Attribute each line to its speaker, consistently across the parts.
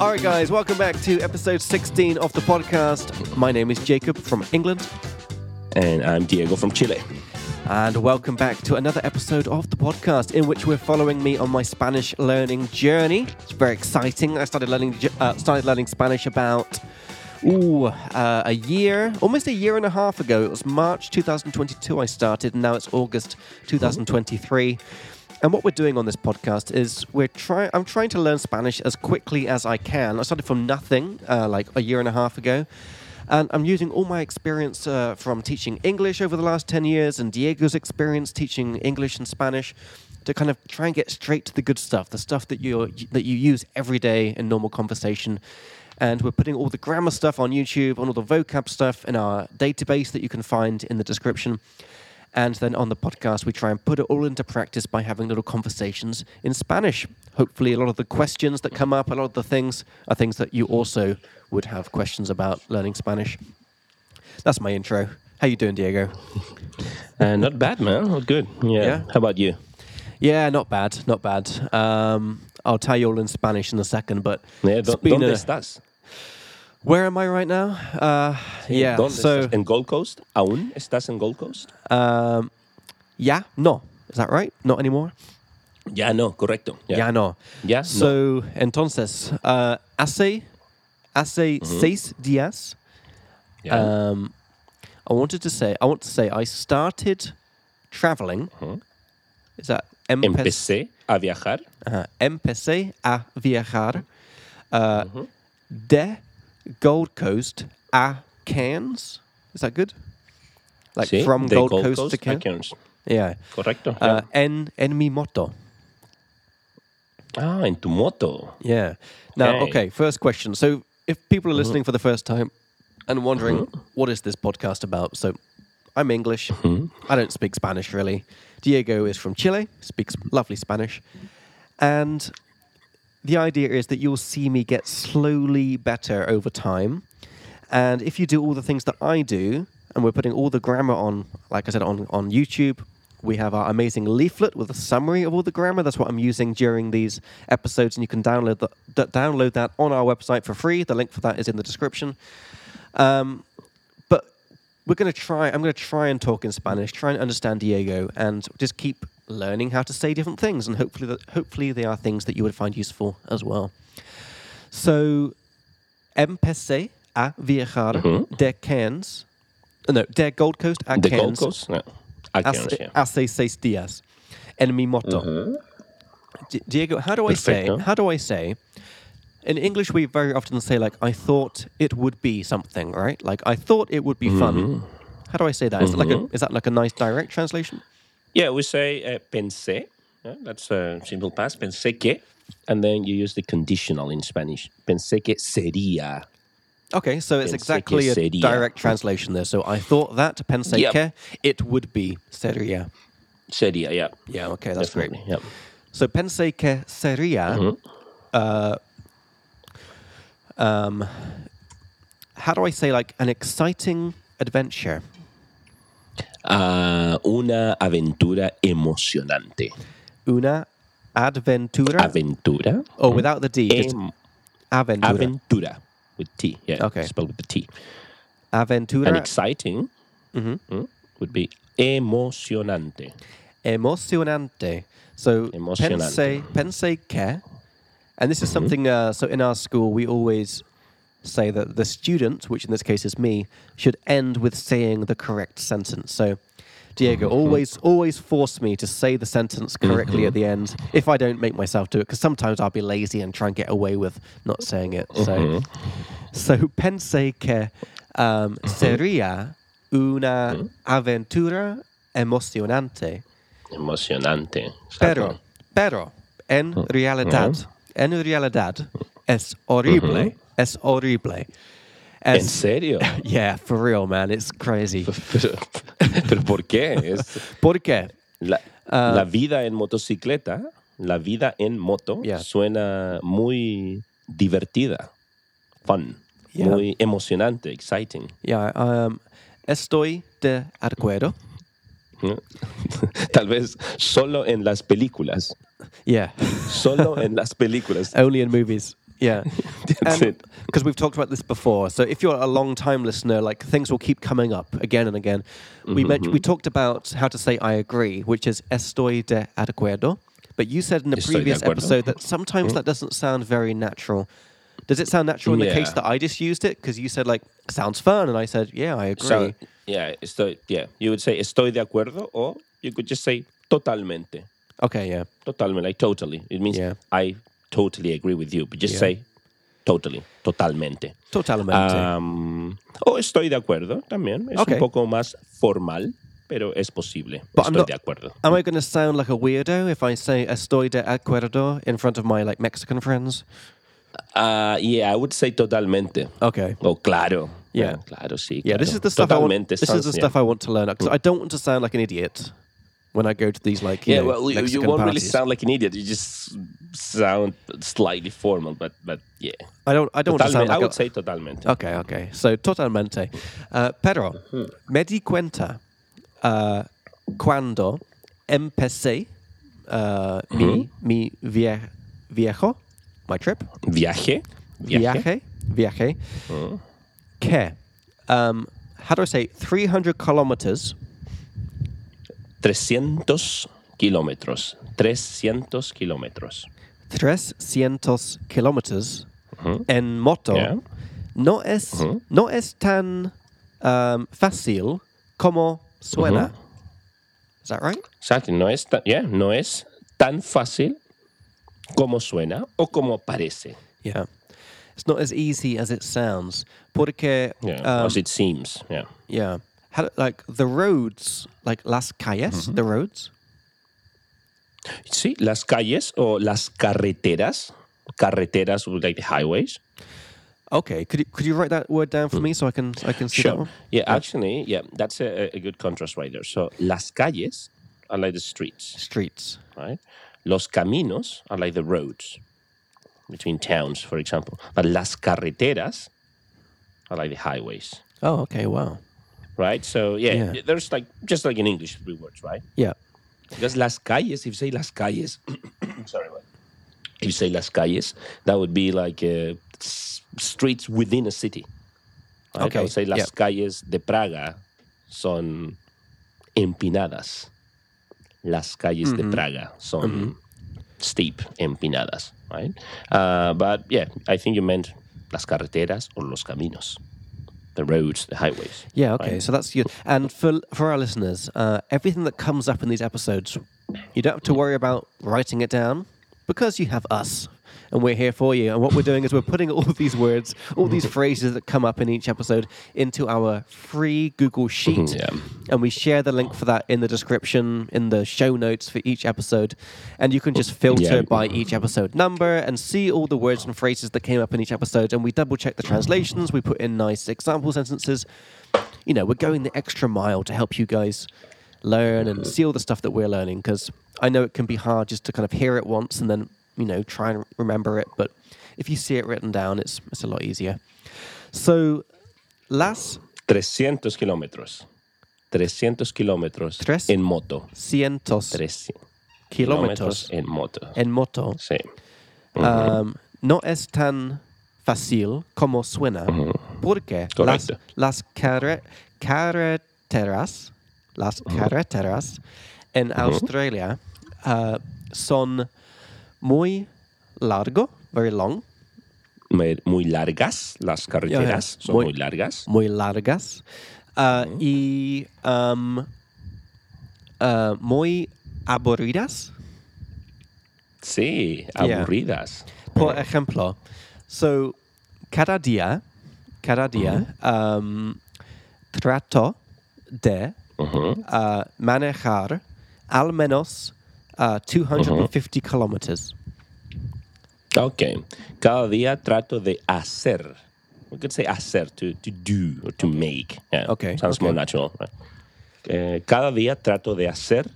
Speaker 1: All right, guys, welcome back to episode 16 of the podcast. My name is Jacob from England,
Speaker 2: And I'm Diego from Chile.
Speaker 1: and welcome back to another episode of the podcast in which we're following me on my Spanish learning journey. It's very exciting. I started learning uh, started learning Spanish about ooh uh, a year, almost a year and a half ago. It was March 2022 I started, and now it's August 2023. And what we're doing on this podcast is we're trying. I'm trying to learn Spanish as quickly as I can. I started from nothing uh, like a year and a half ago, and I'm using all my experience uh, from teaching English over the last ten years and Diego's experience teaching English and Spanish to kind of try and get straight to the good stuff, the stuff that you that you use every day in normal conversation. And we're putting all the grammar stuff on YouTube, on all the vocab stuff in our database that you can find in the description. And then on the podcast, we try and put it all into practice by having little conversations in Spanish. Hopefully, a lot of the questions that come up, a lot of the things are things that you also would have questions about learning Spanish. That's my intro. How you doing, Diego?
Speaker 2: Uh, not bad, man. Not good. Yeah.
Speaker 1: Yeah?
Speaker 2: How about you?
Speaker 1: Yeah, not bad, not bad. Um, I'll tell you all in Spanish in a second, but
Speaker 2: Yeah,
Speaker 1: it's
Speaker 2: don-
Speaker 1: been
Speaker 2: ¿Dónde
Speaker 1: a-
Speaker 2: estás?
Speaker 1: where am I right now? Uh, yeah,
Speaker 2: ¿Dónde
Speaker 1: so
Speaker 2: estás? ¿En Gold Coast? ¿Aún estás en Gold Coast?
Speaker 1: um, yeah, no, is that right? Not anymore.
Speaker 2: Ya no, correcto.
Speaker 1: Ya,
Speaker 2: Ya
Speaker 1: no.
Speaker 2: Ya no.
Speaker 1: So, entonces, uh, hace, hace seis días, Mm-hmm.
Speaker 2: Ya.
Speaker 1: um, I wanted to say, I want to say, I started traveling. Is that empe-
Speaker 2: Empecé a viajar
Speaker 1: uh, empecé a viajar uh, de Gold Coast a Cairns. Is that good? Like
Speaker 2: sí,
Speaker 1: from
Speaker 2: de
Speaker 1: Gold, Coast, to
Speaker 2: a
Speaker 1: Cairns.
Speaker 2: Cairns.
Speaker 1: Yeah.
Speaker 2: Correcto.
Speaker 1: Uh,
Speaker 2: ya.
Speaker 1: en en mi moto.
Speaker 2: ah, en tu moto.
Speaker 1: Yeah. Now,
Speaker 2: Okay.
Speaker 1: okay, first question. So, if people are listening for the first time and wondering what is this podcast about, so I'm English. I don't speak Spanish really. Diego is from Chile, speaks lovely Spanish, and the idea is that you'll see me get slowly better over time. And if you do all the things that I do, and we're putting all the grammar on, like I said, on, on YouTube, we have our amazing leaflet with a summary of all the grammar. That's what I'm using during these episodes, and you can download, the, d- download that on our website for free. The link for that is in the description. Um, but we're going to try, I'm going to try and talk in Spanish, try and understand Diego, and just keep learning how to say different things. And hopefully, that, hopefully they are things that you would find useful as well. So, empecé a viajar de Cairns, no, de Gold Coast a
Speaker 2: Mm-hmm. De Gold
Speaker 1: Cairns
Speaker 2: Coast? No. A Cairns,
Speaker 1: hace,
Speaker 2: yeah.
Speaker 1: hace seis días en mi moto. Di- Diego, how do I
Speaker 2: Mm-hmm. Perfecto.
Speaker 1: say? How do I say? In English, we very often say like "I thought it would be something," right? Like "I thought it would be
Speaker 2: Mm-hmm.
Speaker 1: fun." How do I say that? Is it like a, is that like a nice direct translation?
Speaker 2: Yeah, we say uh, pensé. Yeah, that's a simple past. Pensé que. And then you use the conditional in Spanish. Pensé que sería.
Speaker 1: Okay, so it's
Speaker 2: Pensé que
Speaker 1: exactly a
Speaker 2: sería.
Speaker 1: direct translation there. So I thought that pensé
Speaker 2: Yep.
Speaker 1: que it would be seria.
Speaker 2: Sería, yeah.
Speaker 1: Yeah, okay, that's great.
Speaker 2: Definitely, Yeah.
Speaker 1: So pensé que seria. Uh, um, how do I say like an exciting adventure?
Speaker 2: a una aventura emocionante.
Speaker 1: Una adventura.
Speaker 2: Aventura.
Speaker 1: or without the D, just
Speaker 2: Em-
Speaker 1: aventura.
Speaker 2: aventura. With T. Yeah.
Speaker 1: Okay.
Speaker 2: Spelled with a T. And
Speaker 1: aventura
Speaker 2: exciting mm, would be emocionante.
Speaker 1: emocionante. So pensé
Speaker 2: Emocionante.
Speaker 1: pensé que, and this is something. Uh, so in our school, we always say that the student, which in this case is me, should end with saying the correct sentence. So. Diego always always force me to say the sentence correctly at the end if I don't make myself do it because sometimes I'll be lazy and try and get away with not saying it. So so pensé que um, sería una aventura emocionante.
Speaker 2: Emocionante.
Speaker 1: Pero, pero, en
Speaker 2: Mm.
Speaker 1: realidad,
Speaker 2: Mm-hmm.
Speaker 1: en realidad, es horrible. Es horrible.
Speaker 2: ¿En
Speaker 1: Es,
Speaker 2: serio?
Speaker 1: yeah, for real, man. It's crazy.
Speaker 2: Pero, pero ¿por qué? Es
Speaker 1: ¿Por qué?
Speaker 2: la,
Speaker 1: Ah.
Speaker 2: la vida en motocicleta, la vida en moto
Speaker 1: Yeah.
Speaker 2: suena muy divertida, fun,
Speaker 1: Yeah.
Speaker 2: muy emocionante, exciting.
Speaker 1: Yeah, um, estoy de acuerdo.
Speaker 2: ¿no? Tal vez solo en las películas.
Speaker 1: Yeah,
Speaker 2: Solo en las películas.
Speaker 1: only in movies. Yeah.
Speaker 2: That's it.
Speaker 1: Because we've talked about this before. So if you're a long time listener, like things will keep coming up again and again.
Speaker 2: Mm-hmm.
Speaker 1: We men- we talked about how to say I agree, which is estoy de acuerdo. But you said in the
Speaker 2: Estoy de
Speaker 1: previous
Speaker 2: acuerdo. Mm-hmm.
Speaker 1: episode that sometimes that doesn't sound very natural. Does it sound natural in the case
Speaker 2: Yeah.
Speaker 1: that I just used it? Because you said like sounds fun, and I said yeah, I agree.
Speaker 2: So, yeah, estoy, yeah, you would say estoy de acuerdo, or you could just say totalmente.
Speaker 1: okay, yeah,
Speaker 2: Totalmente, like totally. It means
Speaker 1: Yeah.
Speaker 2: I totally agree with you, but just
Speaker 1: Yeah.
Speaker 2: say totally, totalmente.
Speaker 1: totalmente.
Speaker 2: Um, o estoy de acuerdo también. Es
Speaker 1: Okay.
Speaker 2: un poco más formal, pero es posible.
Speaker 1: But I'm
Speaker 2: estoy
Speaker 1: not-
Speaker 2: de acuerdo.
Speaker 1: Am I going to sound like a weirdo if I say estoy de acuerdo in front of my like Mexican friends?
Speaker 2: Uh, yeah, I would say totalmente.
Speaker 1: Okay.
Speaker 2: O claro.
Speaker 1: Oh. Yeah.
Speaker 2: Bueno, Claro, sí.
Speaker 1: Yeah,
Speaker 2: claro.
Speaker 1: this is the stuff I want.
Speaker 2: Totalmente
Speaker 1: This is
Speaker 2: sounds-
Speaker 1: the
Speaker 2: yeah.
Speaker 1: stuff I want to learn because I don't want to sound like an idiot when I go to these like you
Speaker 2: Yeah,
Speaker 1: know,
Speaker 2: well, you, you
Speaker 1: Mexican
Speaker 2: won't really
Speaker 1: parties.
Speaker 2: sound like an idiot. You just sound slightly formal, but but yeah.
Speaker 1: I don't. I don't want to sound
Speaker 2: Totalmente.
Speaker 1: like.
Speaker 2: I would
Speaker 1: a, Oh.
Speaker 2: say totalmente.
Speaker 1: Okay, okay. So totalmente. Uh, pero
Speaker 2: Hmm.
Speaker 1: me di cuenta uh, cuando empecé uh, mi
Speaker 2: Hmm?
Speaker 1: mi vie- viejo my trip
Speaker 2: Viaje. Hmm.
Speaker 1: viaje viaje que um, how do I say 300 kilometers
Speaker 2: 300 kilómetros. 300 kilómetros.
Speaker 1: 300 kilometers en moto
Speaker 2: Uh-huh. Yeah. Uh-huh.
Speaker 1: no, es, no es tan um, fácil como suena.
Speaker 2: Uh-huh.
Speaker 1: Is that right?
Speaker 2: Exacto. No es, tan, yeah, no es tan fácil como suena o como parece.
Speaker 1: Yeah. It's not as easy as it sounds. Porque,
Speaker 2: Yeah,
Speaker 1: um,
Speaker 2: as it seems. Yeah.
Speaker 1: yeah. How, like the roads, like las calles,
Speaker 2: Mm-hmm.
Speaker 1: the roads.
Speaker 2: Sí, las calles o las carreteras. Carreteras, like the highways.
Speaker 1: Okay, could you, could you write that word down
Speaker 2: Hmm.
Speaker 1: for me so I can I can see that one?
Speaker 2: Yeah, actually, yeah, that's a, a- a good contrast right there. So las calles are like the streets,
Speaker 1: Streets.
Speaker 2: right? Los caminos are like the roads between towns, for example. But las carreteras are like the highways,
Speaker 1: Oh, okay, wow.
Speaker 2: right? So yeah,
Speaker 1: Yeah.
Speaker 2: there's like just like in English three words, right?
Speaker 1: Yeah.
Speaker 2: Because las calles, if you say las calles, sorry, what? if you say las calles, that would be like uh, s- streets within a city. Right?
Speaker 1: Okay,
Speaker 2: I would say las
Speaker 1: yeah.
Speaker 2: calles de Praga son empinadas. Las calles
Speaker 1: Mm-hmm.
Speaker 2: de Praga son steep, empinadas, right? Uh, but yeah, I think you meant las carreteras or los caminos, the roads, the highways.
Speaker 1: Yeah, okay. So that's you. And for for our listeners, uh, everything that comes up in these episodes, you don't have to worry about writing it down because you have us, and we're here for you. And what we're doing is we're putting all of these words, all these phrases that come up in each episode, into our free Google Sheet,
Speaker 2: Yeah.
Speaker 1: and we share the link for that in the description, in the show notes for each episode, and you can just filter
Speaker 2: Yeah.
Speaker 1: by each episode number and see all the words and phrases that came up in each episode. And we double check the translations. We put in nice example sentences you know, we're going the extra mile to help you guys learn and see all the stuff that we're learning because I know it can be hard just to kind of hear it once and then, you know, try and remember it. But if you see it written down, it's, it's a lot easier. So, las
Speaker 2: 300 kilómetros. 300 kilómetros
Speaker 1: Tres.
Speaker 2: en moto.
Speaker 1: cientos
Speaker 2: 300
Speaker 1: kilómetros
Speaker 2: en moto.
Speaker 1: en moto
Speaker 2: Sí.
Speaker 1: um, no es tan fácil como suena porque las,
Speaker 2: Correcto.
Speaker 1: las carre- carreteras, las carreteras en Australia uh, son muy largo, very long,
Speaker 2: Me- Muy largas las carreteras, son
Speaker 1: Muy-
Speaker 2: muy, largas.
Speaker 1: muy largas uh, y um, uh, muy aburridas. Yeah.
Speaker 2: Sí, aburridas.
Speaker 1: Por ejemplo, so cada día, cada día, um, trato de uh, manejar al menos uh, 250 kilometers.
Speaker 2: Ok. Cada día trato de hacer. We could say hacer, to, to do or to make. Yeah.
Speaker 1: Okay,
Speaker 2: Sounds
Speaker 1: okay.
Speaker 2: more natural. right? Eh, cada día trato de hacer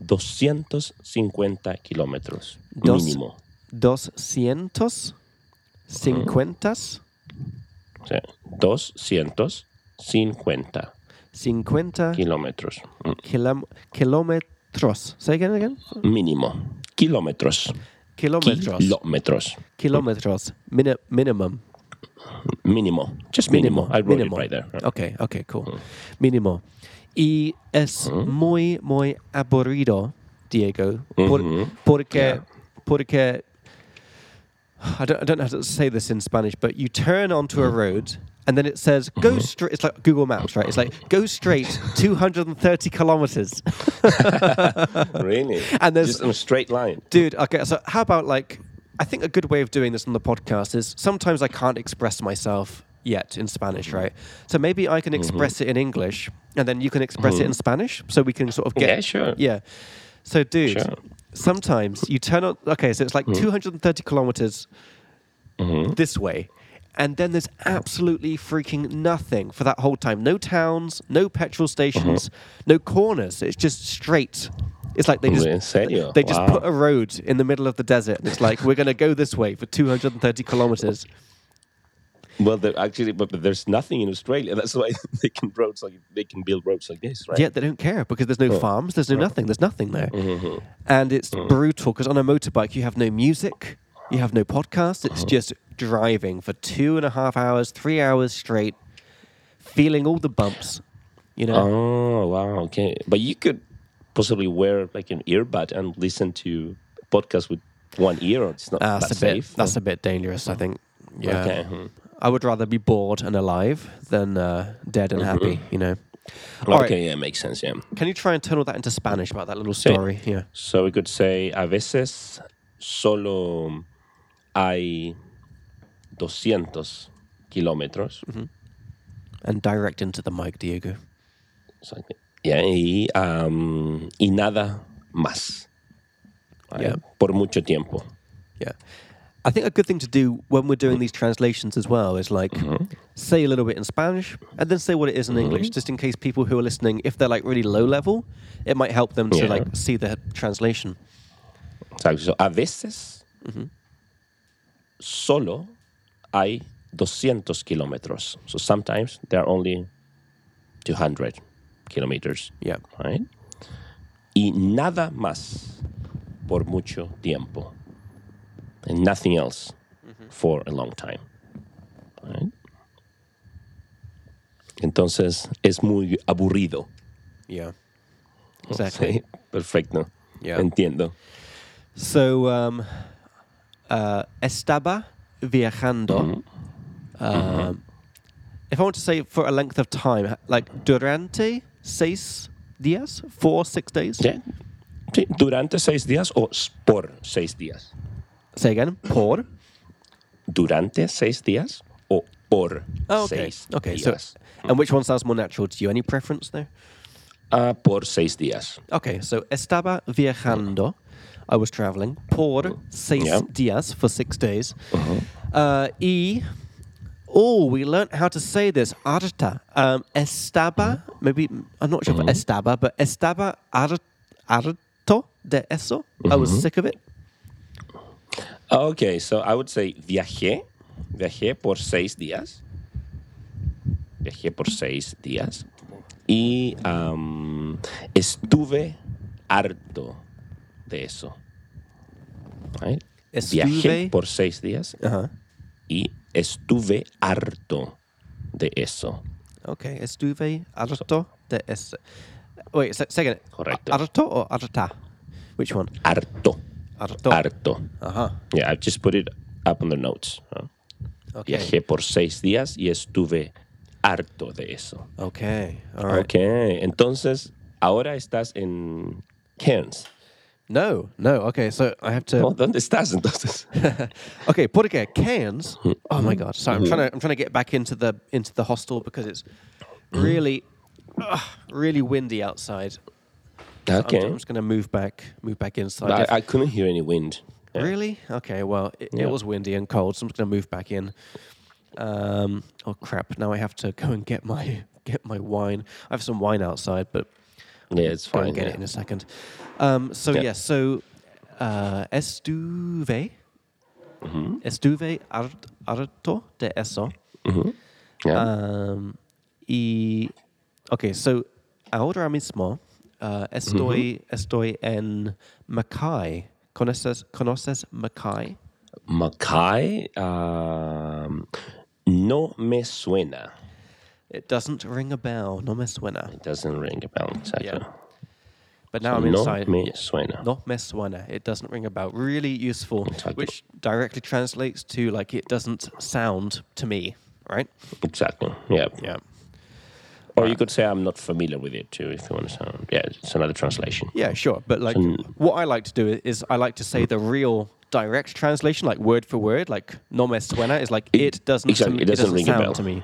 Speaker 2: 250 kilómetros
Speaker 1: Dos-
Speaker 2: mínimo.
Speaker 1: 250
Speaker 2: O sea, 250
Speaker 1: 50
Speaker 2: Uh-huh. kilómetros mm,
Speaker 1: kilom- kilometros. Say again, again.
Speaker 2: mínimo. Kilómetros.
Speaker 1: Kilómetros.
Speaker 2: Kilometers.
Speaker 1: Kilómetros. Mini- minimum.
Speaker 2: Mínimo. Just mínimo.
Speaker 1: Mínimo.
Speaker 2: I wrote
Speaker 1: mínimo.
Speaker 2: it right there.
Speaker 1: Ok, ok, cool. Mínimo. Y es muy, muy aburrido, Diego, por-
Speaker 2: Ujú.
Speaker 1: porque,
Speaker 2: Yeah.
Speaker 1: porque, I don't, I don't know how to say this in Spanish, but you turn onto a road and then it says, go straight, it's like Google Maps, right? It's like, go straight 230 kilometers.
Speaker 2: really?
Speaker 1: Oh, And there's-
Speaker 2: just in a straight line.
Speaker 1: Dude, okay, so how about like I think a good way of doing this on the podcast is sometimes I can't express myself yet in Spanish, right? So maybe I can
Speaker 2: Mm-hmm.
Speaker 1: express it in English and then you can express it in Spanish so we can sort of get
Speaker 2: Yeah, Mm-hmm. sure.
Speaker 1: Yeah. So dude,
Speaker 2: Sure. Mm.
Speaker 1: sometimes you turn on okay, so it's like 230 kilometers
Speaker 2: Mm-hmm.
Speaker 1: this way. And then there's absolutely freaking nothing for that whole time. No towns, no petrol stations,
Speaker 2: Mm-hmm.
Speaker 1: no corners. It's just straight. It's like they just
Speaker 2: En serio?
Speaker 1: they just
Speaker 2: Wow.
Speaker 1: put a road in the middle of the desert and it's like we're going to go this way for 230 kilometers.
Speaker 2: Well, there actually, but but there's nothing in Australia. That's why they can roads like they can build roads like this, right?
Speaker 1: Yet they don't care because there's no farms, there's no nothing, there's nothing there.
Speaker 2: Mm-hmm.
Speaker 1: And it's
Speaker 2: Hmm.
Speaker 1: brutal because on a motorbike you have no music, you have no podcast, it's
Speaker 2: Uh-huh.
Speaker 1: just driving for two and a half hours, three hours straight, feeling all the bumps, you know?
Speaker 2: Oh wow, okay. But you could possibly wear like an earbud and listen to podcast with one ear. Or it's not
Speaker 1: Ah,
Speaker 2: that
Speaker 1: that's a bit
Speaker 2: safe.
Speaker 1: that's a bit dangerous, I think. Yeah.
Speaker 2: Okay. mhm.
Speaker 1: I would rather be bored and alive than uh, dead
Speaker 2: Mm-hmm.
Speaker 1: and happy, you know. All right.
Speaker 2: Okay, yeah, makes sense. Yeah.
Speaker 1: Can you try and turn all that into Spanish about that little story? Yeah.
Speaker 2: So we could say a veces solo hay 200 kilómetros.
Speaker 1: And direct into the mic, Diego.
Speaker 2: Exactly. Yeah, y, um, y nada más. Right?
Speaker 1: Yeah.
Speaker 2: Por mucho tiempo.
Speaker 1: Yeah. I think a good thing to do when we're doing these translations as well is like
Speaker 2: Mm-hmm.
Speaker 1: say a little bit in Spanish and then say what it is in English, just in case people who are listening, if they're like really low level, it might help them to
Speaker 2: Yeah.
Speaker 1: like see the translation.
Speaker 2: Exactly. So a veces solo hay 200 kilómetros. So sometimes there are only 200 kilometers.
Speaker 1: Yeah.
Speaker 2: Right? Y nada más por mucho tiempo. And nothing else for a long time. Right? Entonces es muy aburrido.
Speaker 1: Yeah. Exactly.
Speaker 2: Sí, perfecto.
Speaker 1: Yeah.
Speaker 2: Entiendo.
Speaker 1: So um uh estaba viajando
Speaker 2: Mm-hmm.
Speaker 1: um, if I want to say for a length of time, h- like durante seis días, four, six days.
Speaker 2: Sí. Sí, Durante seis días o s- por seis días.
Speaker 1: Say again. Por.
Speaker 2: Durante seis días o por
Speaker 1: Oh, okay.
Speaker 2: seis
Speaker 1: Okay. So,
Speaker 2: días.
Speaker 1: and which one sounds more natural to you? Any preference there?
Speaker 2: Ah, por seis días.
Speaker 1: Okay. So estaba viajando. I was traveling por seis
Speaker 2: Yeah. Uh-huh.
Speaker 1: días for six days. Uh, y oh, we learnt how to say this harta. Um, estaba maybe I'm not sure
Speaker 2: Mm-hmm.
Speaker 1: if estaba, but estaba har- harto de eso. I
Speaker 2: Mm-hmm.
Speaker 1: was sick of it.
Speaker 2: Okay, Ah, so I would say viajé. Viajé por seis días. Viajé por seis días. Y am, estuve harto de eso. Right? Viajé
Speaker 1: Estuve-
Speaker 2: por seis días
Speaker 1: Uh-huh.
Speaker 2: y estuve harto de eso.
Speaker 1: Okay, estuve harto de eso. Wait, se- second.
Speaker 2: Correcto.
Speaker 1: Harto or harta? Which one?
Speaker 2: Harto.
Speaker 1: Harto. Uh-huh.
Speaker 2: Harto.
Speaker 1: Ajá.
Speaker 2: Yeah, I've just put it up on the notes. ¿no?
Speaker 1: Okay.
Speaker 2: Viajé por seis días y estuve harto de eso.
Speaker 1: Okay. All right.
Speaker 2: Ok, entonces ahora estás en Cairns.
Speaker 1: No, no. Okay, so I have to.
Speaker 2: No, ¿Dónde estás entonces?
Speaker 1: Okay, porque Cairns.
Speaker 2: Hmm.
Speaker 1: Oh my God! Sorry, I'm trying to. I'm trying to get back into the into the hostel because it's
Speaker 2: Hmm.
Speaker 1: really, ugh, really windy outside. I'm- I'm,
Speaker 2: Okay.
Speaker 1: just gonna move back, move back inside. If-
Speaker 2: I, I couldn't hear any wind. Yeah.
Speaker 1: Really? Okay, well, it,
Speaker 2: Yeah.
Speaker 1: it was windy and cold, so I'm just going to move back in. Um, oh, crap. Now I have to go and get my get my wine. I have some wine outside, but
Speaker 2: Yeah, it's
Speaker 1: go
Speaker 2: fine.
Speaker 1: and get
Speaker 2: yeah.
Speaker 1: it in a second. Um, so,
Speaker 2: Yeah.
Speaker 1: yeah, so uh, estuve.
Speaker 2: Mm-hmm.
Speaker 1: Estuve hart- harto de eso.
Speaker 2: Mm-hmm. Yeah.
Speaker 1: Um, y. Okay, so
Speaker 2: Mm-hmm.
Speaker 1: ahora mismo uh, estoy, estoy en Mackay, ¿Conoces, conoces Mackay?
Speaker 2: Mackay, um, no me suena.
Speaker 1: It doesn't ring a bell. No me suena.
Speaker 2: It doesn't ring a bell. Exactly.
Speaker 1: Yeah. But now I'm
Speaker 2: no
Speaker 1: inside.
Speaker 2: me suena.
Speaker 1: No me suena. It doesn't ring a bell. Really useful,
Speaker 2: Exactly.
Speaker 1: which directly translates to like it doesn't sound to me, right?
Speaker 2: Exactly. Yeah.
Speaker 1: Yeah.
Speaker 2: Or you could say I'm not familiar with it too, if you want to sound. Yeah, it's another translation.
Speaker 1: Yeah, sure. But like, what I like to do i- is I like to say the real direct translation, like word for word, like no me suena, is like it doesn't,
Speaker 2: E exactly,
Speaker 1: to,
Speaker 2: it doesn't ring a
Speaker 1: sound
Speaker 2: bell.
Speaker 1: to me.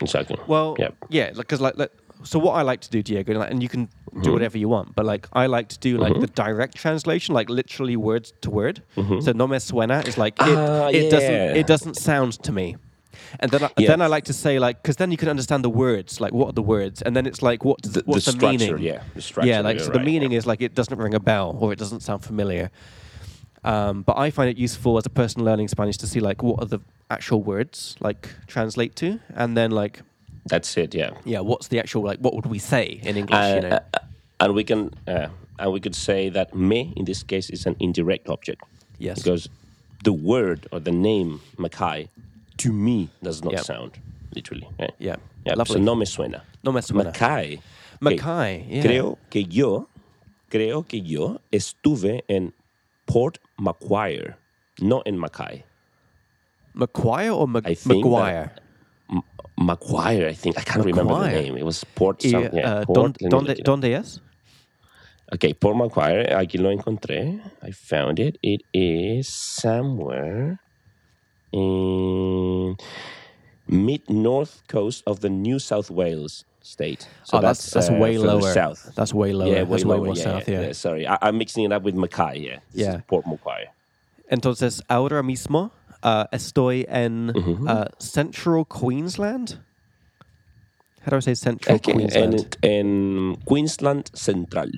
Speaker 2: Exactly.
Speaker 1: Well,
Speaker 2: Yeah.
Speaker 1: yeah, because like, like, so what I like to do, Diego, and, like- and you can
Speaker 2: Mm-hmm.
Speaker 1: do whatever you want, but like I like to do like the direct translation, like literally word to word. So no me suena is like it,
Speaker 2: Mm-hmm. Ah,
Speaker 1: it doesn't
Speaker 2: yeah.
Speaker 1: it doesn't sound to me. And then, I,
Speaker 2: Yeah.
Speaker 1: then I like to say like because then you can understand the words, like what are the words, and then it's like what does-
Speaker 2: The,
Speaker 1: what's
Speaker 2: the
Speaker 1: the,
Speaker 2: structure.
Speaker 1: meaning?
Speaker 2: Yeah. The structure.
Speaker 1: yeah, like
Speaker 2: you're
Speaker 1: so the
Speaker 2: right,
Speaker 1: meaning
Speaker 2: yeah.
Speaker 1: is like it doesn't ring a bell or it doesn't sound familiar. Um, but I find it useful as a person learning Spanish to see like what are the actual words like translate to, and then like
Speaker 2: That's it. Yeah.
Speaker 1: yeah, what's the actual like? What would we say in English?
Speaker 2: Uh,
Speaker 1: you know,
Speaker 2: uh, and we can uh, and we could say that me in this case is an indirect object
Speaker 1: yes,
Speaker 2: because the word or the name Mackay to me does not
Speaker 1: Yeah.
Speaker 2: sound literally. eh?
Speaker 1: yeah,
Speaker 2: Yeah,
Speaker 1: lovely.
Speaker 2: So no me suena.
Speaker 1: no me suena.
Speaker 2: Mackay. Okay,
Speaker 1: Mackay, yeah,
Speaker 2: Creo que yo, creo que yo estuve en Port Macquarie, no en Mackay.
Speaker 1: Maguire or Mag-
Speaker 2: I think that-
Speaker 1: Maguire?
Speaker 2: M- Macquarie, I think. I can't remember the
Speaker 1: Macquaire.
Speaker 2: name. It was Port
Speaker 1: Y,
Speaker 2: something. yeah,
Speaker 1: uh,
Speaker 2: Port,
Speaker 1: don-
Speaker 2: let me
Speaker 1: donde,
Speaker 2: look it up.
Speaker 1: donde es?
Speaker 2: Okay, Paul McGuire, aquí lo encontré. I found it. It is somewhere in mid north coast of the New South Wales state. So
Speaker 1: oh, that's that's,
Speaker 2: uh,
Speaker 1: way
Speaker 2: further
Speaker 1: lower.
Speaker 2: South.
Speaker 1: That's way lower.
Speaker 2: yeah, way
Speaker 1: that's
Speaker 2: lower.
Speaker 1: way more
Speaker 2: yeah,
Speaker 1: south.
Speaker 2: yeah,
Speaker 1: Yeah.
Speaker 2: yeah, Sorry, I, I'm mixing it up with Mackay. Yeah, this
Speaker 1: Yeah.
Speaker 2: is Port Macquarie.
Speaker 1: Entonces ahora mismo uh, estoy en
Speaker 2: Mm-hmm.
Speaker 1: uh, Central Queensland. How do I say Central Queensland?
Speaker 2: and in Queensland Central.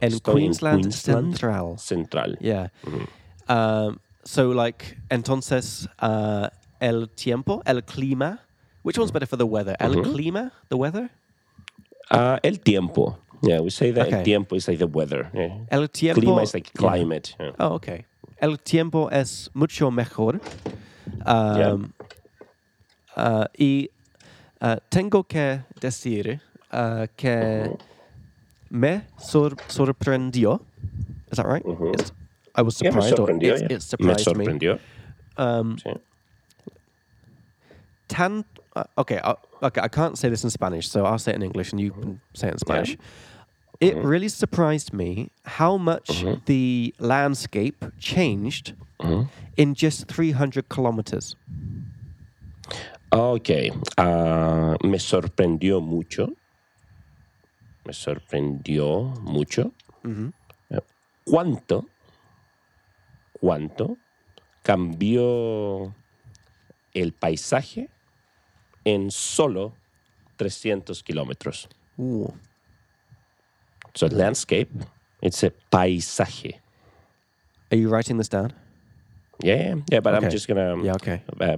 Speaker 1: En
Speaker 2: Estoy en
Speaker 1: Queensland,
Speaker 2: Queensland
Speaker 1: Central.
Speaker 2: Central.
Speaker 1: Yeah.
Speaker 2: Mm-hmm.
Speaker 1: Um, so like entonces uh, el tiempo, el clima. Which one's better for the weather? El
Speaker 2: Mm-hmm.
Speaker 1: clima, the weather.
Speaker 2: Uh, el tiempo. Yeah, we say that
Speaker 1: Okay.
Speaker 2: el tiempo is like the weather. Yeah.
Speaker 1: El tiempo.
Speaker 2: Clima is like
Speaker 1: Yeah.
Speaker 2: climate. yeah.
Speaker 1: Oh, okay. El tiempo es mucho mejor. Um, uh, y uh, tengo que decir uh, que
Speaker 2: Mm-hmm.
Speaker 1: me sor- sorprendió. Is that right? It's- I was
Speaker 2: Mm-hmm. Yeah, me
Speaker 1: surprised. or
Speaker 2: sorprendió,
Speaker 1: it's-
Speaker 2: yeah.
Speaker 1: it surprised
Speaker 2: me Um,
Speaker 1: me.
Speaker 2: sorprendió. Sí.
Speaker 1: tan uh, okay I, okay I can't say this in Spanish, so I'll say it in English, and you
Speaker 2: Mm-hmm.
Speaker 1: can say it in Spanish. It really surprised me how much
Speaker 2: Mm-hmm.
Speaker 1: the landscape changed in just 300 kilometers.
Speaker 2: Ok, ah, me sorprendió mucho. Me sorprendió mucho. Eh, ¿Cuánto? ¿Cuánto cambió el paisaje en solo 300 kilómetros?
Speaker 1: Ooh.
Speaker 2: So landscape, it's a paisaje.
Speaker 1: Are you writing this down?
Speaker 2: Yeah, yeah, but I'm
Speaker 1: Okay.
Speaker 2: just gonna
Speaker 1: Yeah, okay.
Speaker 2: uh,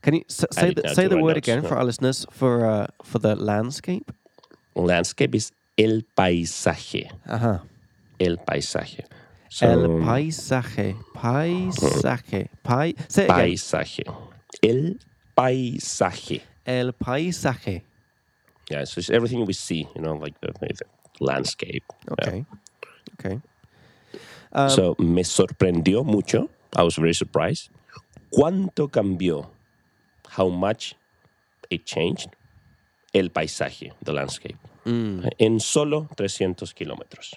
Speaker 1: Can you s- say
Speaker 2: did
Speaker 1: the,
Speaker 2: not
Speaker 1: say
Speaker 2: do
Speaker 1: the
Speaker 2: my
Speaker 1: word
Speaker 2: notes,
Speaker 1: again
Speaker 2: no.
Speaker 1: for our listeners for uh, for the landscape?
Speaker 2: landscape is el paisaje.
Speaker 1: Uh huh.
Speaker 2: El paisaje. So,
Speaker 1: El paisaje, paisaje, pai. Say it again.
Speaker 2: paisaje. El paisaje.
Speaker 1: El paisaje.
Speaker 2: Yeah, so it's everything we see, you know, like the, the landscape. Yeah.
Speaker 1: Okay. um, Okay.
Speaker 2: so me sorprendió mucho. I was very surprised. ¿Cuánto cambió? How much it changed? El paisaje, the landscape.
Speaker 1: Mm.
Speaker 2: En solo 300 kilómetros.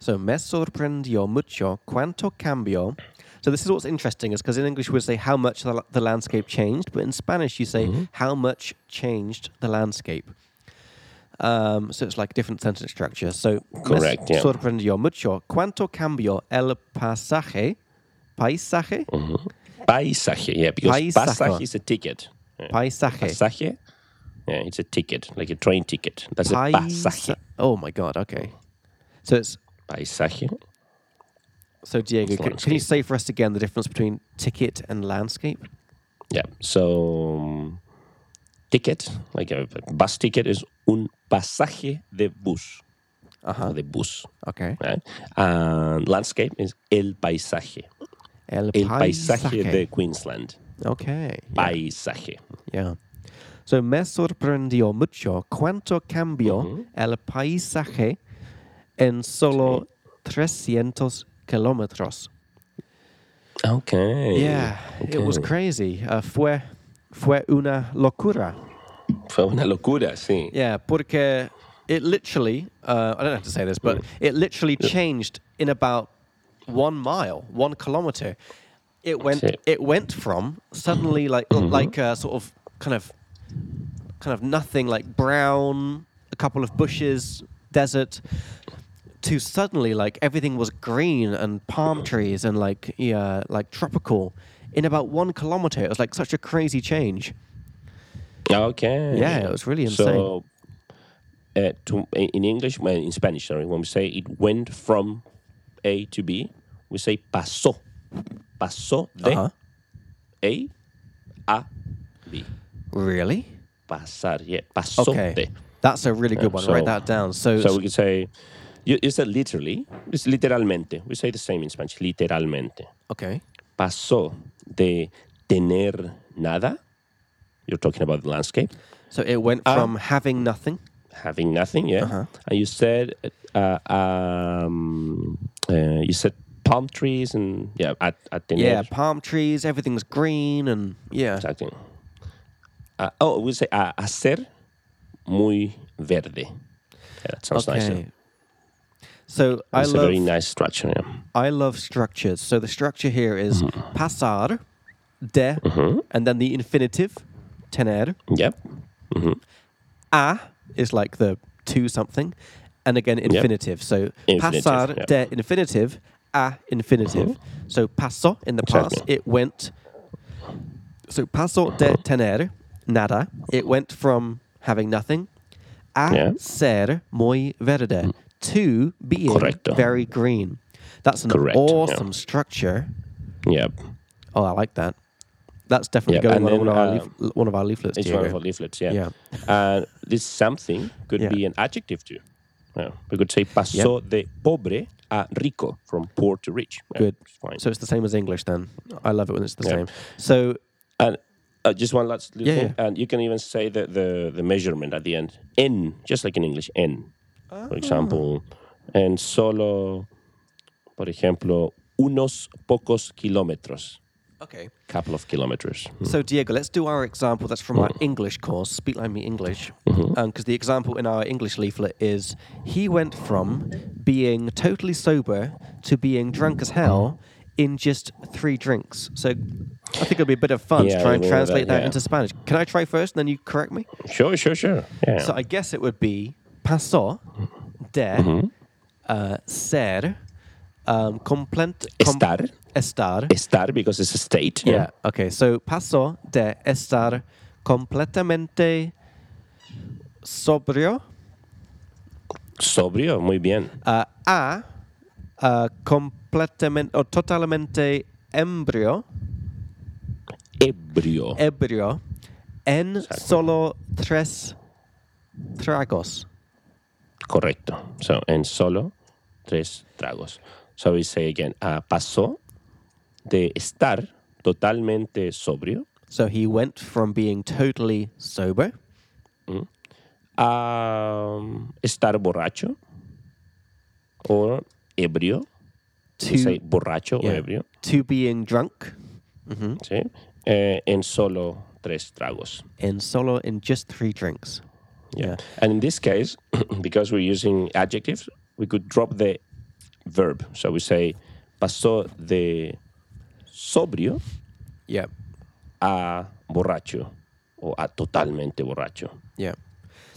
Speaker 1: So me sorprendió mucho cuánto cambió. So this is what's interesting is because in English we say how much the, the landscape changed, but in Spanish you say
Speaker 2: Mm-hmm.
Speaker 1: how much changed the landscape. Um, so it's like different sentence structure. So
Speaker 2: Correct,
Speaker 1: me
Speaker 2: yeah.
Speaker 1: sorprendió mucho cuánto cambió el pasaje, paisaje,
Speaker 2: Mm-hmm. Paisaje, yeah, because
Speaker 1: Paisaje.
Speaker 2: pasaje is a ticket. Yeah.
Speaker 1: paisaje,
Speaker 2: Pasaje, yeah, it's a ticket, like a train ticket. That's a
Speaker 1: paisa-
Speaker 2: pasaje.
Speaker 1: Oh my god! Okay. So it's
Speaker 2: Paisaje,
Speaker 1: so Diego.
Speaker 2: It's
Speaker 1: Can, can you
Speaker 2: landscape.
Speaker 1: say for us again the difference between ticket and landscape?
Speaker 2: Yeah. So um, ticket, like a bus ticket, is un pasaje de bus. or the bus.
Speaker 1: Okay.
Speaker 2: Right? And landscape is el paisaje.
Speaker 1: El,
Speaker 2: El paisaje
Speaker 1: paisaje.
Speaker 2: de Queensland.
Speaker 1: Okay.
Speaker 2: Paisaje.
Speaker 1: Yeah. So me sorprendió mucho cuánto cambió el paisaje en solo 300 kilómetros.
Speaker 2: Okay.
Speaker 1: Yeah, it was
Speaker 2: Okay.
Speaker 1: crazy. Uh, fue, fue una locura.
Speaker 2: Fue una locura, sí.
Speaker 1: Yeah, porque it literally, uh, I don't have to say this, but it literally changed in about one mile, one kilometer. It went,
Speaker 2: it.
Speaker 1: it went from suddenly like like uh, sort of kind of kind of nothing, like brown, a couple of bushes, desert, to suddenly like everything was green and palm trees and like yeah, like tropical. In about one kilometer, it was like such a crazy change.
Speaker 2: Okay.
Speaker 1: Yeah, it was really
Speaker 2: So, uh, to, in English, well, in Spanish, sorry, when we say it went from A to B, we say pasó. Pasó de
Speaker 1: Uh-huh.
Speaker 2: A a B.
Speaker 1: Really?
Speaker 2: Pasar, yeah. Pasó
Speaker 1: Okay.
Speaker 2: de.
Speaker 1: That's a really good one. Write
Speaker 2: so-
Speaker 1: that down. So,
Speaker 2: So we could say, you, you said literally, it's literalmente. We say the same in Spanish, literalmente.
Speaker 1: okay.
Speaker 2: Pasó de tener nada, you're talking about the landscape,
Speaker 1: So it went
Speaker 2: Uh,
Speaker 1: from having nothing.
Speaker 2: having nothing, yeah.
Speaker 1: Uh-huh.
Speaker 2: And you said, uh, um, uh, you said palm trees and yeah, at, at the
Speaker 1: Yeah, palm trees, everything's green and yeah.
Speaker 2: Exactly. Uh, oh, we say uh, hacer muy verde. Yeah, that sounds nice.
Speaker 1: Okay. So I
Speaker 2: It's a very
Speaker 1: love
Speaker 2: nice structure. Yeah.
Speaker 1: I love structures. So the structure here is
Speaker 2: Mm-hmm.
Speaker 1: pasar, de, and then the infinitive, tener.
Speaker 2: Yep.
Speaker 1: A is like the to something, and again infinitive. So
Speaker 2: Infinitive,
Speaker 1: pasar
Speaker 2: yep.
Speaker 1: de infinitive, a infinitive.
Speaker 2: Mm-hmm.
Speaker 1: So paso in the past,
Speaker 2: Exactly.
Speaker 1: it went. So paso de
Speaker 2: Mm-hmm.
Speaker 1: tener nada, it went from having nothing, a
Speaker 2: Yeah. Mm.
Speaker 1: ser muy verde to being
Speaker 2: Correcto.
Speaker 1: very green. That's an
Speaker 2: Correct, yeah.
Speaker 1: awesome structure.
Speaker 2: Yep.
Speaker 1: Oh, I like that. That's definitely
Speaker 2: Yeah,
Speaker 1: going
Speaker 2: and
Speaker 1: on one
Speaker 2: then,
Speaker 1: of, our
Speaker 2: uh,
Speaker 1: leaf- one of our leaflets.
Speaker 2: It's
Speaker 1: Diego.
Speaker 2: one of our leaflets, yeah.
Speaker 1: Yeah.
Speaker 2: Uh, this something could
Speaker 1: Yeah.
Speaker 2: be an adjective too. Yeah. We could say pasó de pobre a rico, from poor to rich. Yeah,
Speaker 1: Good.
Speaker 2: it's Fine.
Speaker 1: So it's the same as English then. I love it when it's the
Speaker 2: Yeah.
Speaker 1: same. So
Speaker 2: and uh, just one last little
Speaker 1: Yeah,
Speaker 2: thing. And you can even say the, the, the measurement at the end. N, just like in English, N.
Speaker 1: Ah.
Speaker 2: For example, en solo, por ejemplo, unos pocos kilómetros.
Speaker 1: okay.
Speaker 2: Couple of kilometers.
Speaker 1: So Diego, let's do our example that's from
Speaker 2: Hmm.
Speaker 1: our English course, Speak Like Me English, because
Speaker 2: Mm-hmm.
Speaker 1: the example in our English leaflet is he went from being totally sober to being drunk as hell in just three drinks. So I think it'll be a bit of fun to
Speaker 2: Yeah,
Speaker 1: try and
Speaker 2: we'll do that,
Speaker 1: translate that
Speaker 2: yeah.
Speaker 1: into Spanish. Can I try first, and then you correct me?
Speaker 2: Sure, sure, sure. Yeah.
Speaker 1: So I guess it would be pasó de
Speaker 2: Mm-hmm.
Speaker 1: uh, ser um, complent com-
Speaker 2: estar,
Speaker 1: estar
Speaker 2: estar because it's a state.
Speaker 1: Yeah. Okay. So pasó de estar completamente sobrio
Speaker 2: Sobrio, muy bien.
Speaker 1: uh, a uh, completamente o totalmente embrio,
Speaker 2: ebrio.
Speaker 1: ebrio en solo tres tragos.
Speaker 2: Correcto. So, en solo tres tragos. So we say again, ah, pasó de estar totalmente sobrio
Speaker 1: So he went from being totally sober
Speaker 2: a um, estar borracho o ebrio. We say
Speaker 1: to
Speaker 2: borracho o
Speaker 1: yeah,
Speaker 2: ebrio.
Speaker 1: to being drunk
Speaker 2: ¿sí? Eh, en solo tres tragos.
Speaker 1: in solo in just three drinks. Yeah.
Speaker 2: And in this case, because we're using adjectives, we could drop the verb. So we say pasó de sobrio
Speaker 1: Yeah.
Speaker 2: a borracho o a totalmente borracho.
Speaker 1: Yeah.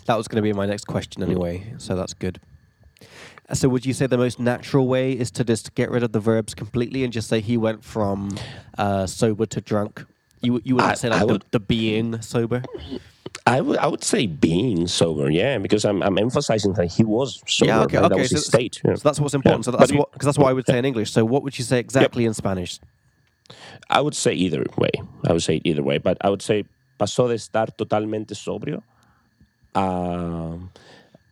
Speaker 1: That was going to be my next
Speaker 2: Mm.
Speaker 1: question anyway, so that's good. Uh, So would you say the most natural way is to just get rid of the verbs completely and just say he went from uh, sober to drunk? You, you wouldn't
Speaker 2: I-
Speaker 1: say
Speaker 2: I
Speaker 1: like the,
Speaker 2: would-
Speaker 1: the being sober?
Speaker 2: I would I would say being sober, yeah, because I'm, I'm emphasizing that he was sober.
Speaker 1: yeah, okay,
Speaker 2: right? That
Speaker 1: okay.
Speaker 2: was
Speaker 1: so,
Speaker 2: his state. yeah.
Speaker 1: so that's what's important.
Speaker 2: Yeah,
Speaker 1: So that's
Speaker 2: but you-
Speaker 1: what, because that's what I would say in English. So what would you say exactly in Spanish?
Speaker 2: I would say either way. I would say it either way, but I would say pasó de estar totalmente sobrio a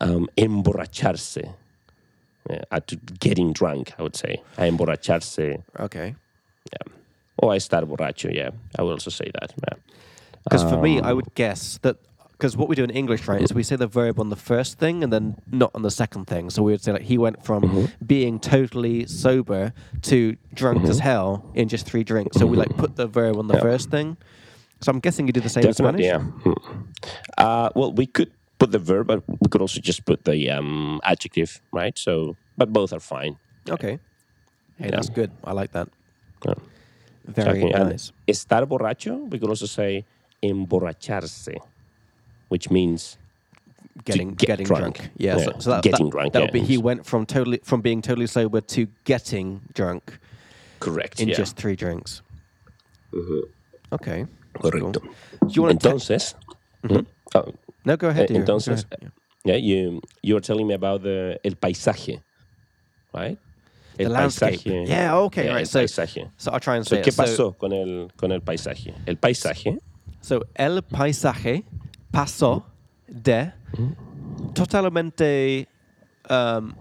Speaker 2: um, emborracharse uh, at getting drunk, I would say. A emborracharse.
Speaker 1: Okay.
Speaker 2: Yeah. Or a estar borracho, yeah. I would also say that. Yeah.
Speaker 1: Because for me, I
Speaker 2: Um.
Speaker 1: would guess that because what we do in English, right, is we say the verb on the first thing and then not on the second thing. So we would say like he went from
Speaker 2: Mm-hmm.
Speaker 1: being totally sober to drunk as hell in just three drinks. So we
Speaker 2: Mm-hmm.
Speaker 1: like put the verb on the first thing. So I'm guessing you do the same
Speaker 2: Definitely,
Speaker 1: in Spanish.
Speaker 2: yeah. Mm. Uh, well, we could put the verb, but we could also just put the um, adjective, right? So, but both are fine.
Speaker 1: Okay. Hey, that's good. I like that.
Speaker 2: Yeah.
Speaker 1: Very
Speaker 2: Okay, and
Speaker 1: nice.
Speaker 2: uh, Estar borracho, we could also say emborracharse, which means
Speaker 1: Getting
Speaker 2: get
Speaker 1: getting drunk.
Speaker 2: drunk.
Speaker 1: Yeah. So,
Speaker 2: Yeah,
Speaker 1: so that,
Speaker 2: getting
Speaker 1: that,
Speaker 2: drunk,
Speaker 1: That
Speaker 2: yeah.
Speaker 1: would be he went from totally from being totally sober to getting drunk
Speaker 2: correct.
Speaker 1: in
Speaker 2: yeah. Mm-hmm.
Speaker 1: just three drinks. Okay. Do
Speaker 2: Correcto.
Speaker 1: you want to?
Speaker 2: Entonces, oh,
Speaker 1: no, mm-hmm. go ahead.
Speaker 2: eh,
Speaker 1: dear. Go
Speaker 2: entonces,
Speaker 1: ahead.
Speaker 2: yeah, you you were telling me about the el paisaje, right?
Speaker 1: the
Speaker 2: El
Speaker 1: landscape.
Speaker 2: paisaje.
Speaker 1: Yeah, okay,
Speaker 2: Yeah,
Speaker 1: right.
Speaker 2: el
Speaker 1: So,
Speaker 2: paisaje.
Speaker 1: so I'll try and
Speaker 2: So,
Speaker 1: say
Speaker 2: ¿qué
Speaker 1: it. So-
Speaker 2: pasó con el con el paisaje? El paisaje.
Speaker 1: So, el paisaje pasó de totalmente um,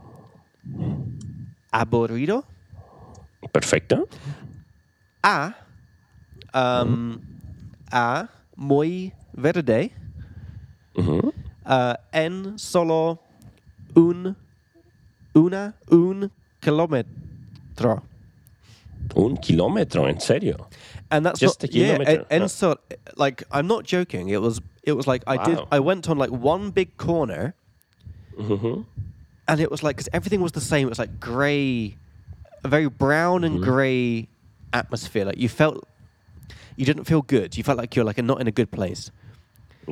Speaker 1: aburrido
Speaker 2: Perfecto.
Speaker 1: a, um, a muy verde
Speaker 2: Ujú.
Speaker 1: uh, en solo un, una, un kilómetro.
Speaker 2: Un kilómetro, en serio.
Speaker 1: and that's
Speaker 2: Just
Speaker 1: not,
Speaker 2: a
Speaker 1: Yeah,
Speaker 2: kilometer, Ah.
Speaker 1: and, and
Speaker 2: huh?
Speaker 1: so like I'm not joking. It was it was like I did
Speaker 2: Wow.
Speaker 1: I went on like one big corner,
Speaker 2: Ujú.
Speaker 1: and it was like because everything was the same. It was like grey, a very brown and grey atmosphere. Like you felt you didn't feel good. You felt like you're like not in a good place.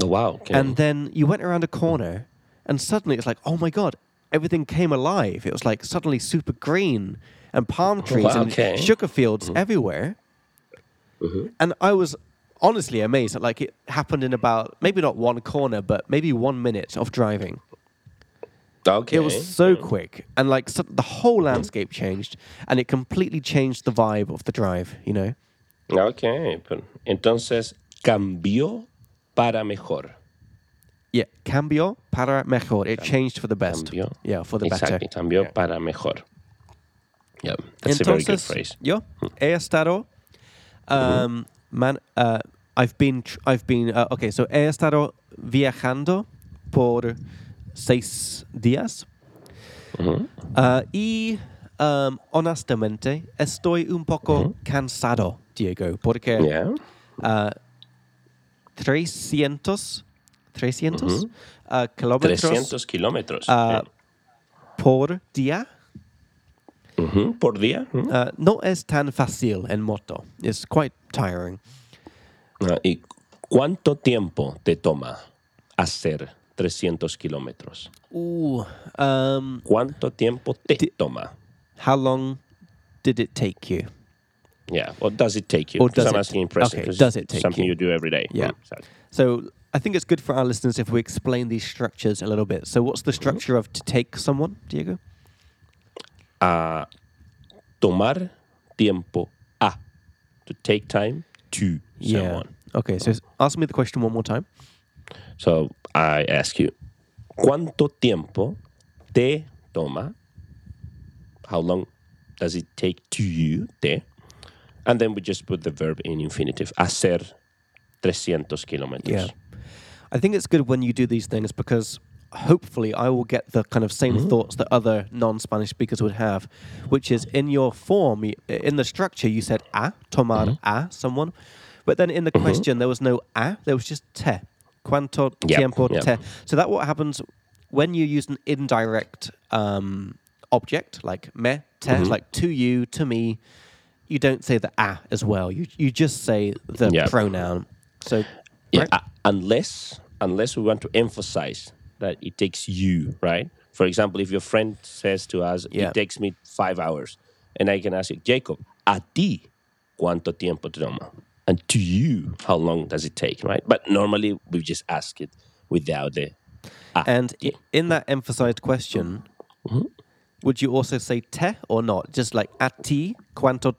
Speaker 2: Oh, wow. okay.
Speaker 1: And then you went around a corner, and suddenly it's like, oh my god, everything came alive. It was like suddenly super green and palm trees
Speaker 2: wow,
Speaker 1: and
Speaker 2: okay.
Speaker 1: sugar fields everywhere. And I was honestly amazed that like it happened in about maybe not one corner, but maybe one minute of driving.
Speaker 2: okay. Hmm.
Speaker 1: It was so quick, and like so the whole landscape changed, and it completely changed the vibe of the drive. You know,
Speaker 2: Okay, pero- entonces cambió para mejor.
Speaker 1: yeah, cambio para mejor. It changed for the best.
Speaker 2: Cambió.
Speaker 1: Yeah, for the better.
Speaker 2: Exactly, cambió para mejor. Yeah, that's a very good phrase. Hmm.
Speaker 1: Yo he estado, um,
Speaker 2: Mm-hmm.
Speaker 1: man, uh, I've been, tr- I've been, uh, okay, so he estado viajando por seis días.
Speaker 2: Mm-hmm.
Speaker 1: Uh, y um, honestamente estoy un poco cansado, Diego, porque
Speaker 2: Mm-hmm. Yeah.
Speaker 1: 300, 300 uh, kilómetros
Speaker 2: 300 kilómetros
Speaker 1: Ah, por día
Speaker 2: eh. Ujú, por día. ujú.
Speaker 1: uh, no es tan fácil en moto. It's quite tiring.
Speaker 2: Ah, ¿Y cuánto tiempo te toma hacer 300 kilómetros?
Speaker 1: Ooh, um,
Speaker 2: ¿Cuánto tiempo te toma?
Speaker 1: how long did it take you?
Speaker 2: Yeah, or does it take you?
Speaker 1: Or
Speaker 2: Because
Speaker 1: does
Speaker 2: I'm
Speaker 1: it-
Speaker 2: asking in present,
Speaker 1: okay,
Speaker 2: 'cause
Speaker 1: does
Speaker 2: it's
Speaker 1: it take
Speaker 2: Something
Speaker 1: you?
Speaker 2: you do every day.
Speaker 1: Yeah.
Speaker 2: Mm, exactly.
Speaker 1: So I think it's good for our listeners if we explain these structures a little bit. So what's the structure of to take someone, Diego?
Speaker 2: a tomar tiempo a to take time to someone.
Speaker 1: Okay, so s- ask me the question one more time.
Speaker 2: So I ask you, ¿cuánto tiempo te toma? How long does it take to you? Te. And then we just put the verb in infinitive. Hacer 300 kilómetros.
Speaker 1: Yeah. I think it's good when you do these things because hopefully I will get the kind of same thoughts that other non-Spanish speakers would have, which is in your form, y- in the structure, you said a, tomar a, someone. But then in the question, there was no a, there was just te. Cuánto
Speaker 2: Yeah,
Speaker 1: tiempo
Speaker 2: yeah.
Speaker 1: te. So that what happens when you use an indirect um, object, like me, te, like to you, to me, you don't say the a as well. You, you just say the
Speaker 2: Yeah.
Speaker 1: pronoun. So
Speaker 2: Yeah,
Speaker 1: right?
Speaker 2: uh, unless unless we want to emphasize that it takes you, right? For example, if your friend says to us,
Speaker 1: Yeah.
Speaker 2: "It takes me five hours," and I can ask you, Jacob, a ti cuánto tiempo te toma, and to you, how long does it take, right? But normally we just ask it without the a.
Speaker 1: And i-
Speaker 2: Yeah. Mm-hmm.
Speaker 1: in that emphasized question, would you also say te or not? Just like a ti, cuanto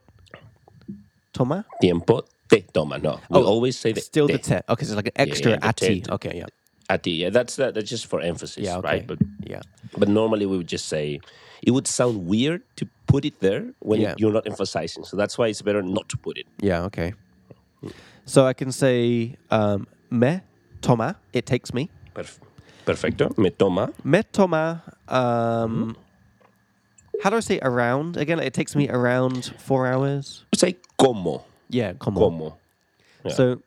Speaker 1: toma?
Speaker 2: tiempo te toma. No, we always say the
Speaker 1: Oh, Still
Speaker 2: te.
Speaker 1: the te. Okay, so it's like an extra
Speaker 2: yeah, the
Speaker 1: a ti.
Speaker 2: te, te.
Speaker 1: Okay, yeah.
Speaker 2: a ti. Yeah, that's that, that's just for emphasis,
Speaker 1: Yeah, okay.
Speaker 2: right? But
Speaker 1: yeah.
Speaker 2: But normally we would just say it would sound weird to put it there when
Speaker 1: Yeah.
Speaker 2: you're not emphasizing. So that's why it's better not to put it.
Speaker 1: Yeah, okay. So I can say um, me toma, it takes me.
Speaker 2: Perf- Perfecto. Me toma.
Speaker 1: Me toma.
Speaker 2: Mm-hmm.
Speaker 1: Um, how do I say around? Again, like, it takes me around four hours.
Speaker 2: Say como.
Speaker 1: Yeah, como.
Speaker 2: Como. Yeah.
Speaker 1: So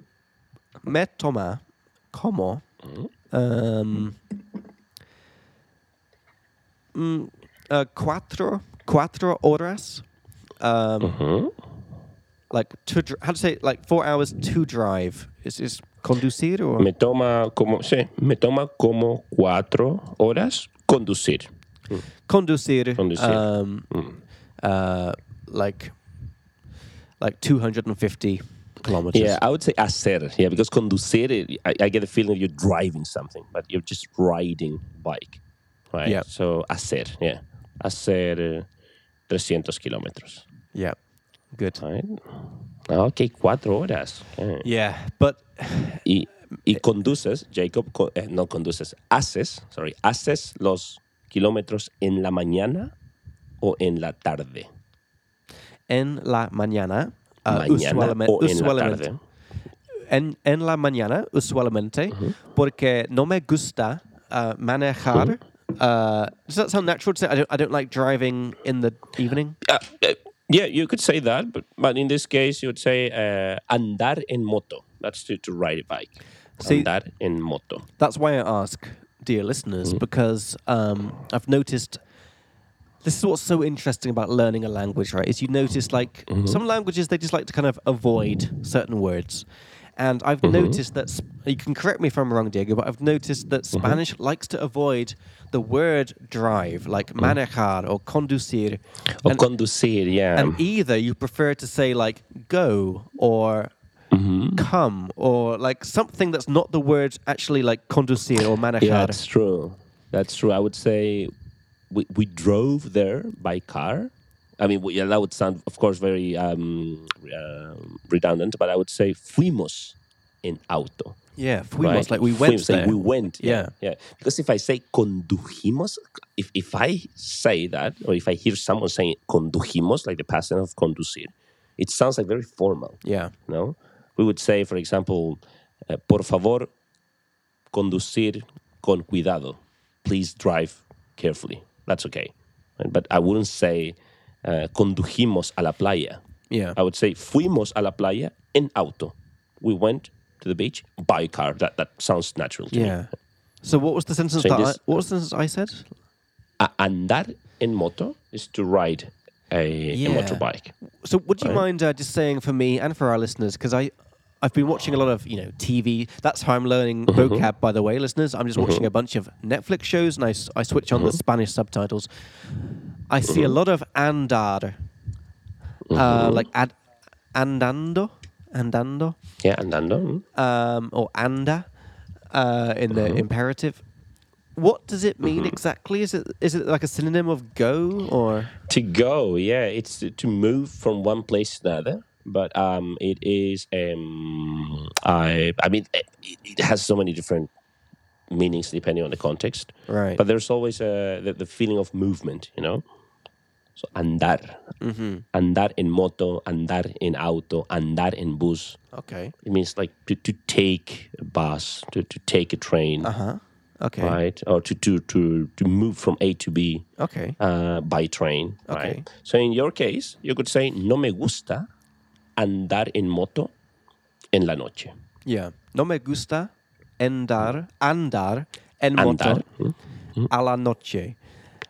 Speaker 1: me toma como.
Speaker 2: Mm-hmm.
Speaker 1: Um, mm, uh, cuatro, cuatro horas. Um,
Speaker 2: Mm-hmm.
Speaker 1: Like to dr- how to say it? like four hours to drive. Is is conducir or
Speaker 2: Me toma como. Sí. Me toma como cuatro horas conducir.
Speaker 1: conducir,
Speaker 2: Conducir. Mm.
Speaker 1: Um, uh, like like 250 kilometers
Speaker 2: Yeah, I would say hacer. Yeah, because conducir, it- I, I get the feeling you're driving something, but you're just riding bike, right?
Speaker 1: Yeah.
Speaker 2: So hacer, yeah, hacer uh, 300 kilometers,
Speaker 1: yeah good
Speaker 2: right? Okay, Ah, cuatro horas. Okay.
Speaker 1: yeah but
Speaker 2: Y, y conduces, Jacob, co- eh, no conduces, haces, sorry, haces los kilómetros en la mañana o en la tarde.
Speaker 1: en la mañana uh,
Speaker 2: mañana
Speaker 1: usualmente,
Speaker 2: o en la
Speaker 1: usualmente
Speaker 2: tarde.
Speaker 1: en, en la mañana usualmente porque no me gusta uh, manejar uh, does that sound natural to say? I don't, I don't like driving in the evening
Speaker 2: Uh, uh, yeah, you could say that, but, but in this case, you would say uh, andar en moto. That's to, to ride a bike.
Speaker 1: See-
Speaker 2: andar en moto.
Speaker 1: That's why I ask, dear listeners, because um, I've noticed this is what's so interesting about learning a language, right? Is you notice like some languages they just like to kind of avoid certain words, and I've noticed that sp- you can correct me if I'm wrong, Diego, but I've noticed that Spanish likes to avoid the word drive, like manejar or conducir,
Speaker 2: Or
Speaker 1: and,
Speaker 2: conducir, yeah.
Speaker 1: and either you prefer to say like go or
Speaker 2: Mm-hmm.
Speaker 1: come or like something that's not the word actually like conducir or manejar.
Speaker 2: yeah, that's true. That's true. I would say we, we drove there by car. I mean, we, yeah, that would sound, of course, very um, uh, redundant, but I would say fuimos en auto.
Speaker 1: yeah, fuimos,
Speaker 2: right?
Speaker 1: like we went
Speaker 2: Fuimos, like
Speaker 1: there.
Speaker 2: we went. Yeah,
Speaker 1: Yeah.
Speaker 2: yeah. Because if I say condujimos, if, if I say that, or if I hear someone saying condujimos, like the past tense of conducir, it sounds like very formal.
Speaker 1: yeah,
Speaker 2: No, we would say, for example, uh, por favor, conducir con cuidado. Please drive carefully. That's okay. Right? But I wouldn't say uh, condujimos a la playa.
Speaker 1: yeah,
Speaker 2: I would say fuimos a la playa en auto. We went to the beach by car. That that sounds natural to me.
Speaker 1: yeah. So what was the sentence that I,
Speaker 2: Changes.
Speaker 1: what was the sentence I said?
Speaker 2: A andar en moto is to ride a,
Speaker 1: Yeah.
Speaker 2: a motorbike.
Speaker 1: So would you mind uh, just saying for me and for our listeners because I. I've been watching a lot of, you know, TV. That's how I'm learning vocab, by the way, listeners. I'm just watching a bunch of Netflix shows and I, s- I switch on the Spanish subtitles. I see a lot of andar, uh, like ad, andando, andando,
Speaker 2: Yeah, andando. mm.
Speaker 1: um, or anda uh, in the imperative. What does it mean exactly? Is it is it like a synonym of go or
Speaker 2: To go, yeah, it's to- to move from one place to another. But um, it is um, I I mean it, it has so many different meanings depending on the context.
Speaker 1: right?
Speaker 2: But there's always uh, the, the feeling of movement, you know. So andar, andar en moto, andar en auto, andar en bus.
Speaker 1: okay,
Speaker 2: It means like to, to take a bus, to, to take a train,
Speaker 1: huh? Okay,
Speaker 2: right, or to, to to to move from A to B
Speaker 1: okay,
Speaker 2: uh, by train.
Speaker 1: Okay.
Speaker 2: Right? So in your case, you could say no me gusta andar en moto en la noche.
Speaker 1: yeah. No me gusta andar andar en moto
Speaker 2: Andar Mm.
Speaker 1: a la noche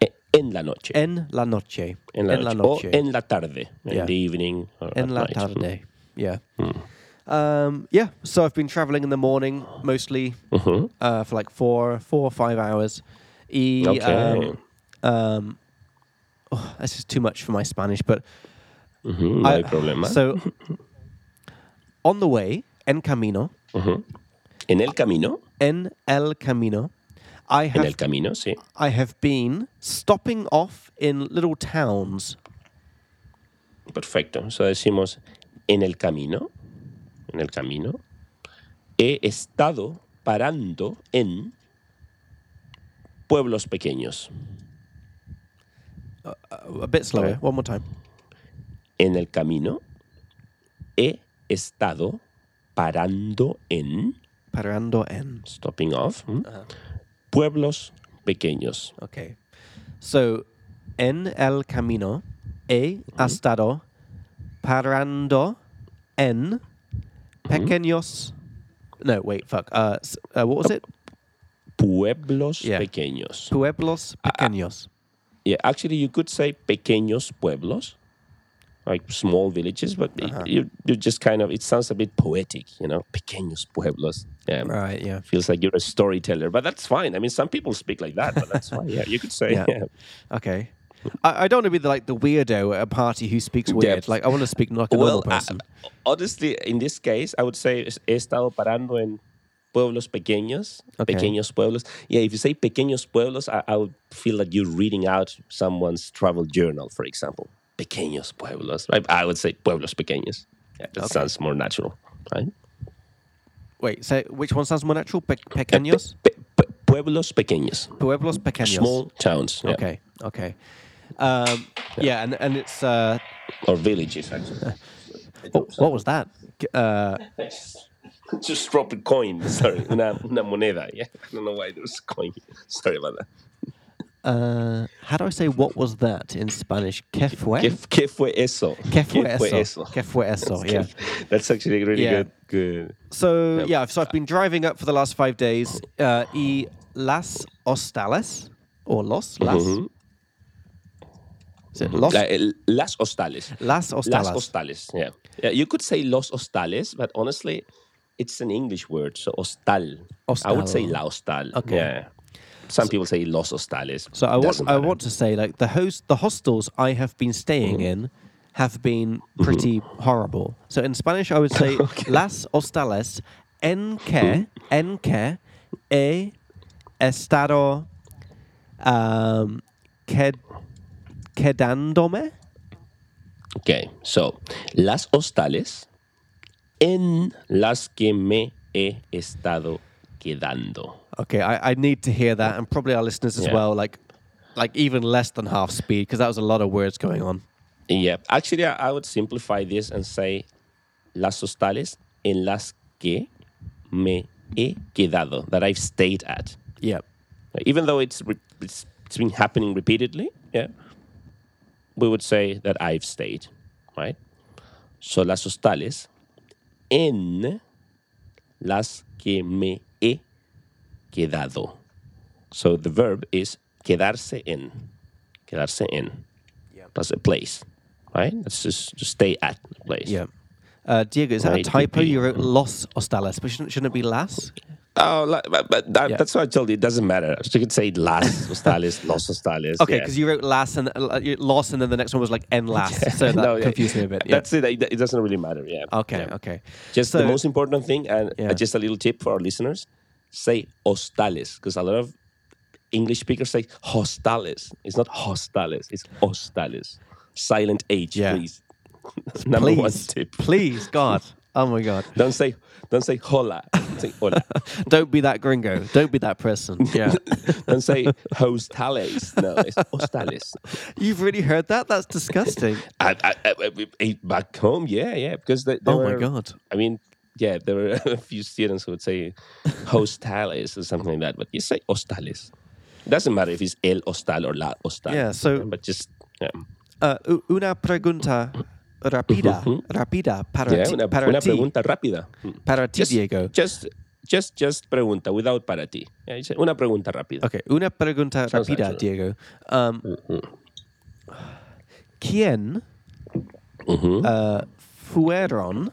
Speaker 2: eh, en la noche.
Speaker 1: en la noche
Speaker 2: En la, noche. O en la tarde.
Speaker 1: Yeah.
Speaker 2: In the evening. Or at
Speaker 1: En la
Speaker 2: night. Mm.
Speaker 1: tarde. Yeah. Um, yeah. So I've been traveling in the morning mostly
Speaker 2: Mm-hmm.
Speaker 1: uh, for like four, four or five hours. E,
Speaker 2: Okay.
Speaker 1: um, um, oh, that's just too much for my Spanish, but
Speaker 2: Ujú, Mm-hmm, no
Speaker 1: I-
Speaker 2: hay problema.
Speaker 1: Ah, So on the way, en camino,
Speaker 2: en el camino.
Speaker 1: en el camino, I
Speaker 2: En
Speaker 1: have
Speaker 2: el camino, sí.
Speaker 1: I have been stopping off in little towns.
Speaker 2: Perfecto. So decimos en el camino. En el camino. He estado parando en pueblos pequeños.
Speaker 1: a bit slower.
Speaker 2: Okay.
Speaker 1: One more time.
Speaker 2: En el camino he estado parando en,
Speaker 1: Parando en.
Speaker 2: stopping off, ¿m? pueblos pequeños.
Speaker 1: Okay. So, en el camino he estado parando en Mm-hmm. pequeños. No, wait, fuck. Uh, s- uh, what was it?
Speaker 2: Pueblos
Speaker 1: Yeah.
Speaker 2: pequeños.
Speaker 1: Pueblos pequeños.
Speaker 2: Yeah, actually, you could say pequeños pueblos, like small villages, but it- you, you just kind of, it sounds a bit poetic, you know, pequeños pueblos. Yeah.
Speaker 1: Right, yeah.
Speaker 2: Feels like you're a storyteller, but that's fine. I mean, some people speak like that, but that's fine. Yeah, you could say.
Speaker 1: Yeah.
Speaker 2: yeah.
Speaker 1: Okay. I, I don't want to be the, like the weirdo at a party who speaks weird. Like I want to speak like a normal
Speaker 2: I-
Speaker 1: person.
Speaker 2: honestly, in this case, I would say es- he estado parando en pueblos pequeños,
Speaker 1: Okay.
Speaker 2: pequeños pueblos. Yeah, if you say pequeños pueblos, I, I would feel like you're reading out someone's travel journal, for example. Pequeños pueblos, right? I would say pueblos pequeños. Yeah, that sounds more natural, right?
Speaker 1: Wait, so which one sounds more natural? Pe-
Speaker 2: Yeah, pe-
Speaker 1: pequeños,
Speaker 2: pe- pe- pueblos pequeños,
Speaker 1: pueblos pequeños.
Speaker 2: small towns, yeah,
Speaker 1: Okay. Okay. Um, yeah, and and it's uh,
Speaker 2: or villages. Actually,
Speaker 1: oh, what was that? G- Uh,
Speaker 2: just drop a coin. Sorry, una, una moneda. Yeah, I don't know why there's a coin. Sorry about that.
Speaker 1: uh, how do I say what was that in Spanish? ¿Qué fue?
Speaker 2: ¿Qué, qué fue eso?
Speaker 1: ¿Qué fue eso? ¿Qué fue eso? Yeah.
Speaker 2: That's actually really
Speaker 1: Yeah.
Speaker 2: good. good.
Speaker 1: So
Speaker 2: Yeah.
Speaker 1: yeah, so I've been driving up for the last five days. Uh, y las hostales or los las?
Speaker 2: Mm-hmm.
Speaker 1: Is it los?
Speaker 2: La- el- las hostales.
Speaker 1: Las
Speaker 2: Mm-hmm. Las
Speaker 1: hostales.
Speaker 2: hostales. Yeah. yeah. You could say los hostales, but honestly, it's an English word. So hostal. I would say
Speaker 1: Hostal.
Speaker 2: la hostal.
Speaker 1: Okay.
Speaker 2: Yeah. Some people say los hostales.
Speaker 1: So I want
Speaker 2: Doesn't
Speaker 1: I
Speaker 2: matter.
Speaker 1: want to say like the host the hostels I have been staying in have been pretty horrible. So in Spanish I would say las hostales en que en que he estado um, qued, quedándome
Speaker 2: Okay. So, las hostales en las que me he estado quedando.
Speaker 1: Okay, I, I need to hear that, and probably our listeners as
Speaker 2: Yeah.
Speaker 1: well. Like, like even less than half speed, because that was a lot of words going on.
Speaker 2: Yeah. Actually, I I would simplify this and say las hostales en las que me he quedado, that I've stayed at.
Speaker 1: Yeah,
Speaker 2: Even though it's, re- it's, it's been happening repeatedly, yeah, we would say that I've stayed, right? So las hostales en las que me he quedado. So the verb is quedarse en. Quedarse en. That's a place, right? That's just to stay at a place.
Speaker 1: yeah. Uh, Diego, is that a
Speaker 2: Right,
Speaker 1: typo?
Speaker 2: DP.
Speaker 1: You wrote Los Ostales, but shouldn't, shouldn't it be Las?
Speaker 2: Oh, la- but, but that,
Speaker 1: Yeah.
Speaker 2: that's what I told you. It doesn't matter. So you could say las hostales, los hostales.
Speaker 1: Okay,
Speaker 2: yeah.
Speaker 1: because you wrote Las and uh, you- Los, and then the next one was like En Las, so that
Speaker 2: No, yeah.
Speaker 1: confused me a bit. Yeah.
Speaker 2: That's it. It it doesn't really matter. Yeah.
Speaker 1: okay,
Speaker 2: Yeah.
Speaker 1: okay.
Speaker 2: Just
Speaker 1: So-
Speaker 2: the most important thing, and uh,
Speaker 1: Yeah.
Speaker 2: just a little tip for our listeners: say hostales, because a lot of English speakers say hostales. It's not hostales. It's hostales. Silent H,
Speaker 1: Yeah.
Speaker 2: please. Number one
Speaker 1: Please,
Speaker 2: tip:
Speaker 1: please, God, oh my God,
Speaker 2: don't say don't say hola. Say hola.
Speaker 1: don't be that gringo. Don't be that person. Yeah,
Speaker 2: don't say hostales. No, it's hostales.
Speaker 1: you've really heard that. That's disgusting.
Speaker 2: I, I, I, I- I- back home, yeah, yeah, because they, they
Speaker 1: Oh my
Speaker 2: were,
Speaker 1: God.
Speaker 2: I mean, yeah, there were a few students who would say hostales or something like that, but you say hostales. It doesn't matter if it's el hostal or la hostal.
Speaker 1: Yeah, so-
Speaker 2: but just yeah,
Speaker 1: Uh, u- una pregunta rápida, rápida para
Speaker 2: yeah
Speaker 1: ti,
Speaker 2: una,
Speaker 1: para
Speaker 2: una
Speaker 1: ti,
Speaker 2: pregunta rápida. Mm.
Speaker 1: para ti,
Speaker 2: Just,
Speaker 1: Diego.
Speaker 2: just, just, just pregunta without para ti. Yeah, you say, una pregunta rápida.
Speaker 1: Okay, una pregunta
Speaker 2: Sounds
Speaker 1: rápida,
Speaker 2: natural.
Speaker 1: Diego. Um, ¿Quién
Speaker 2: Mm-hmm.
Speaker 1: uh, fueron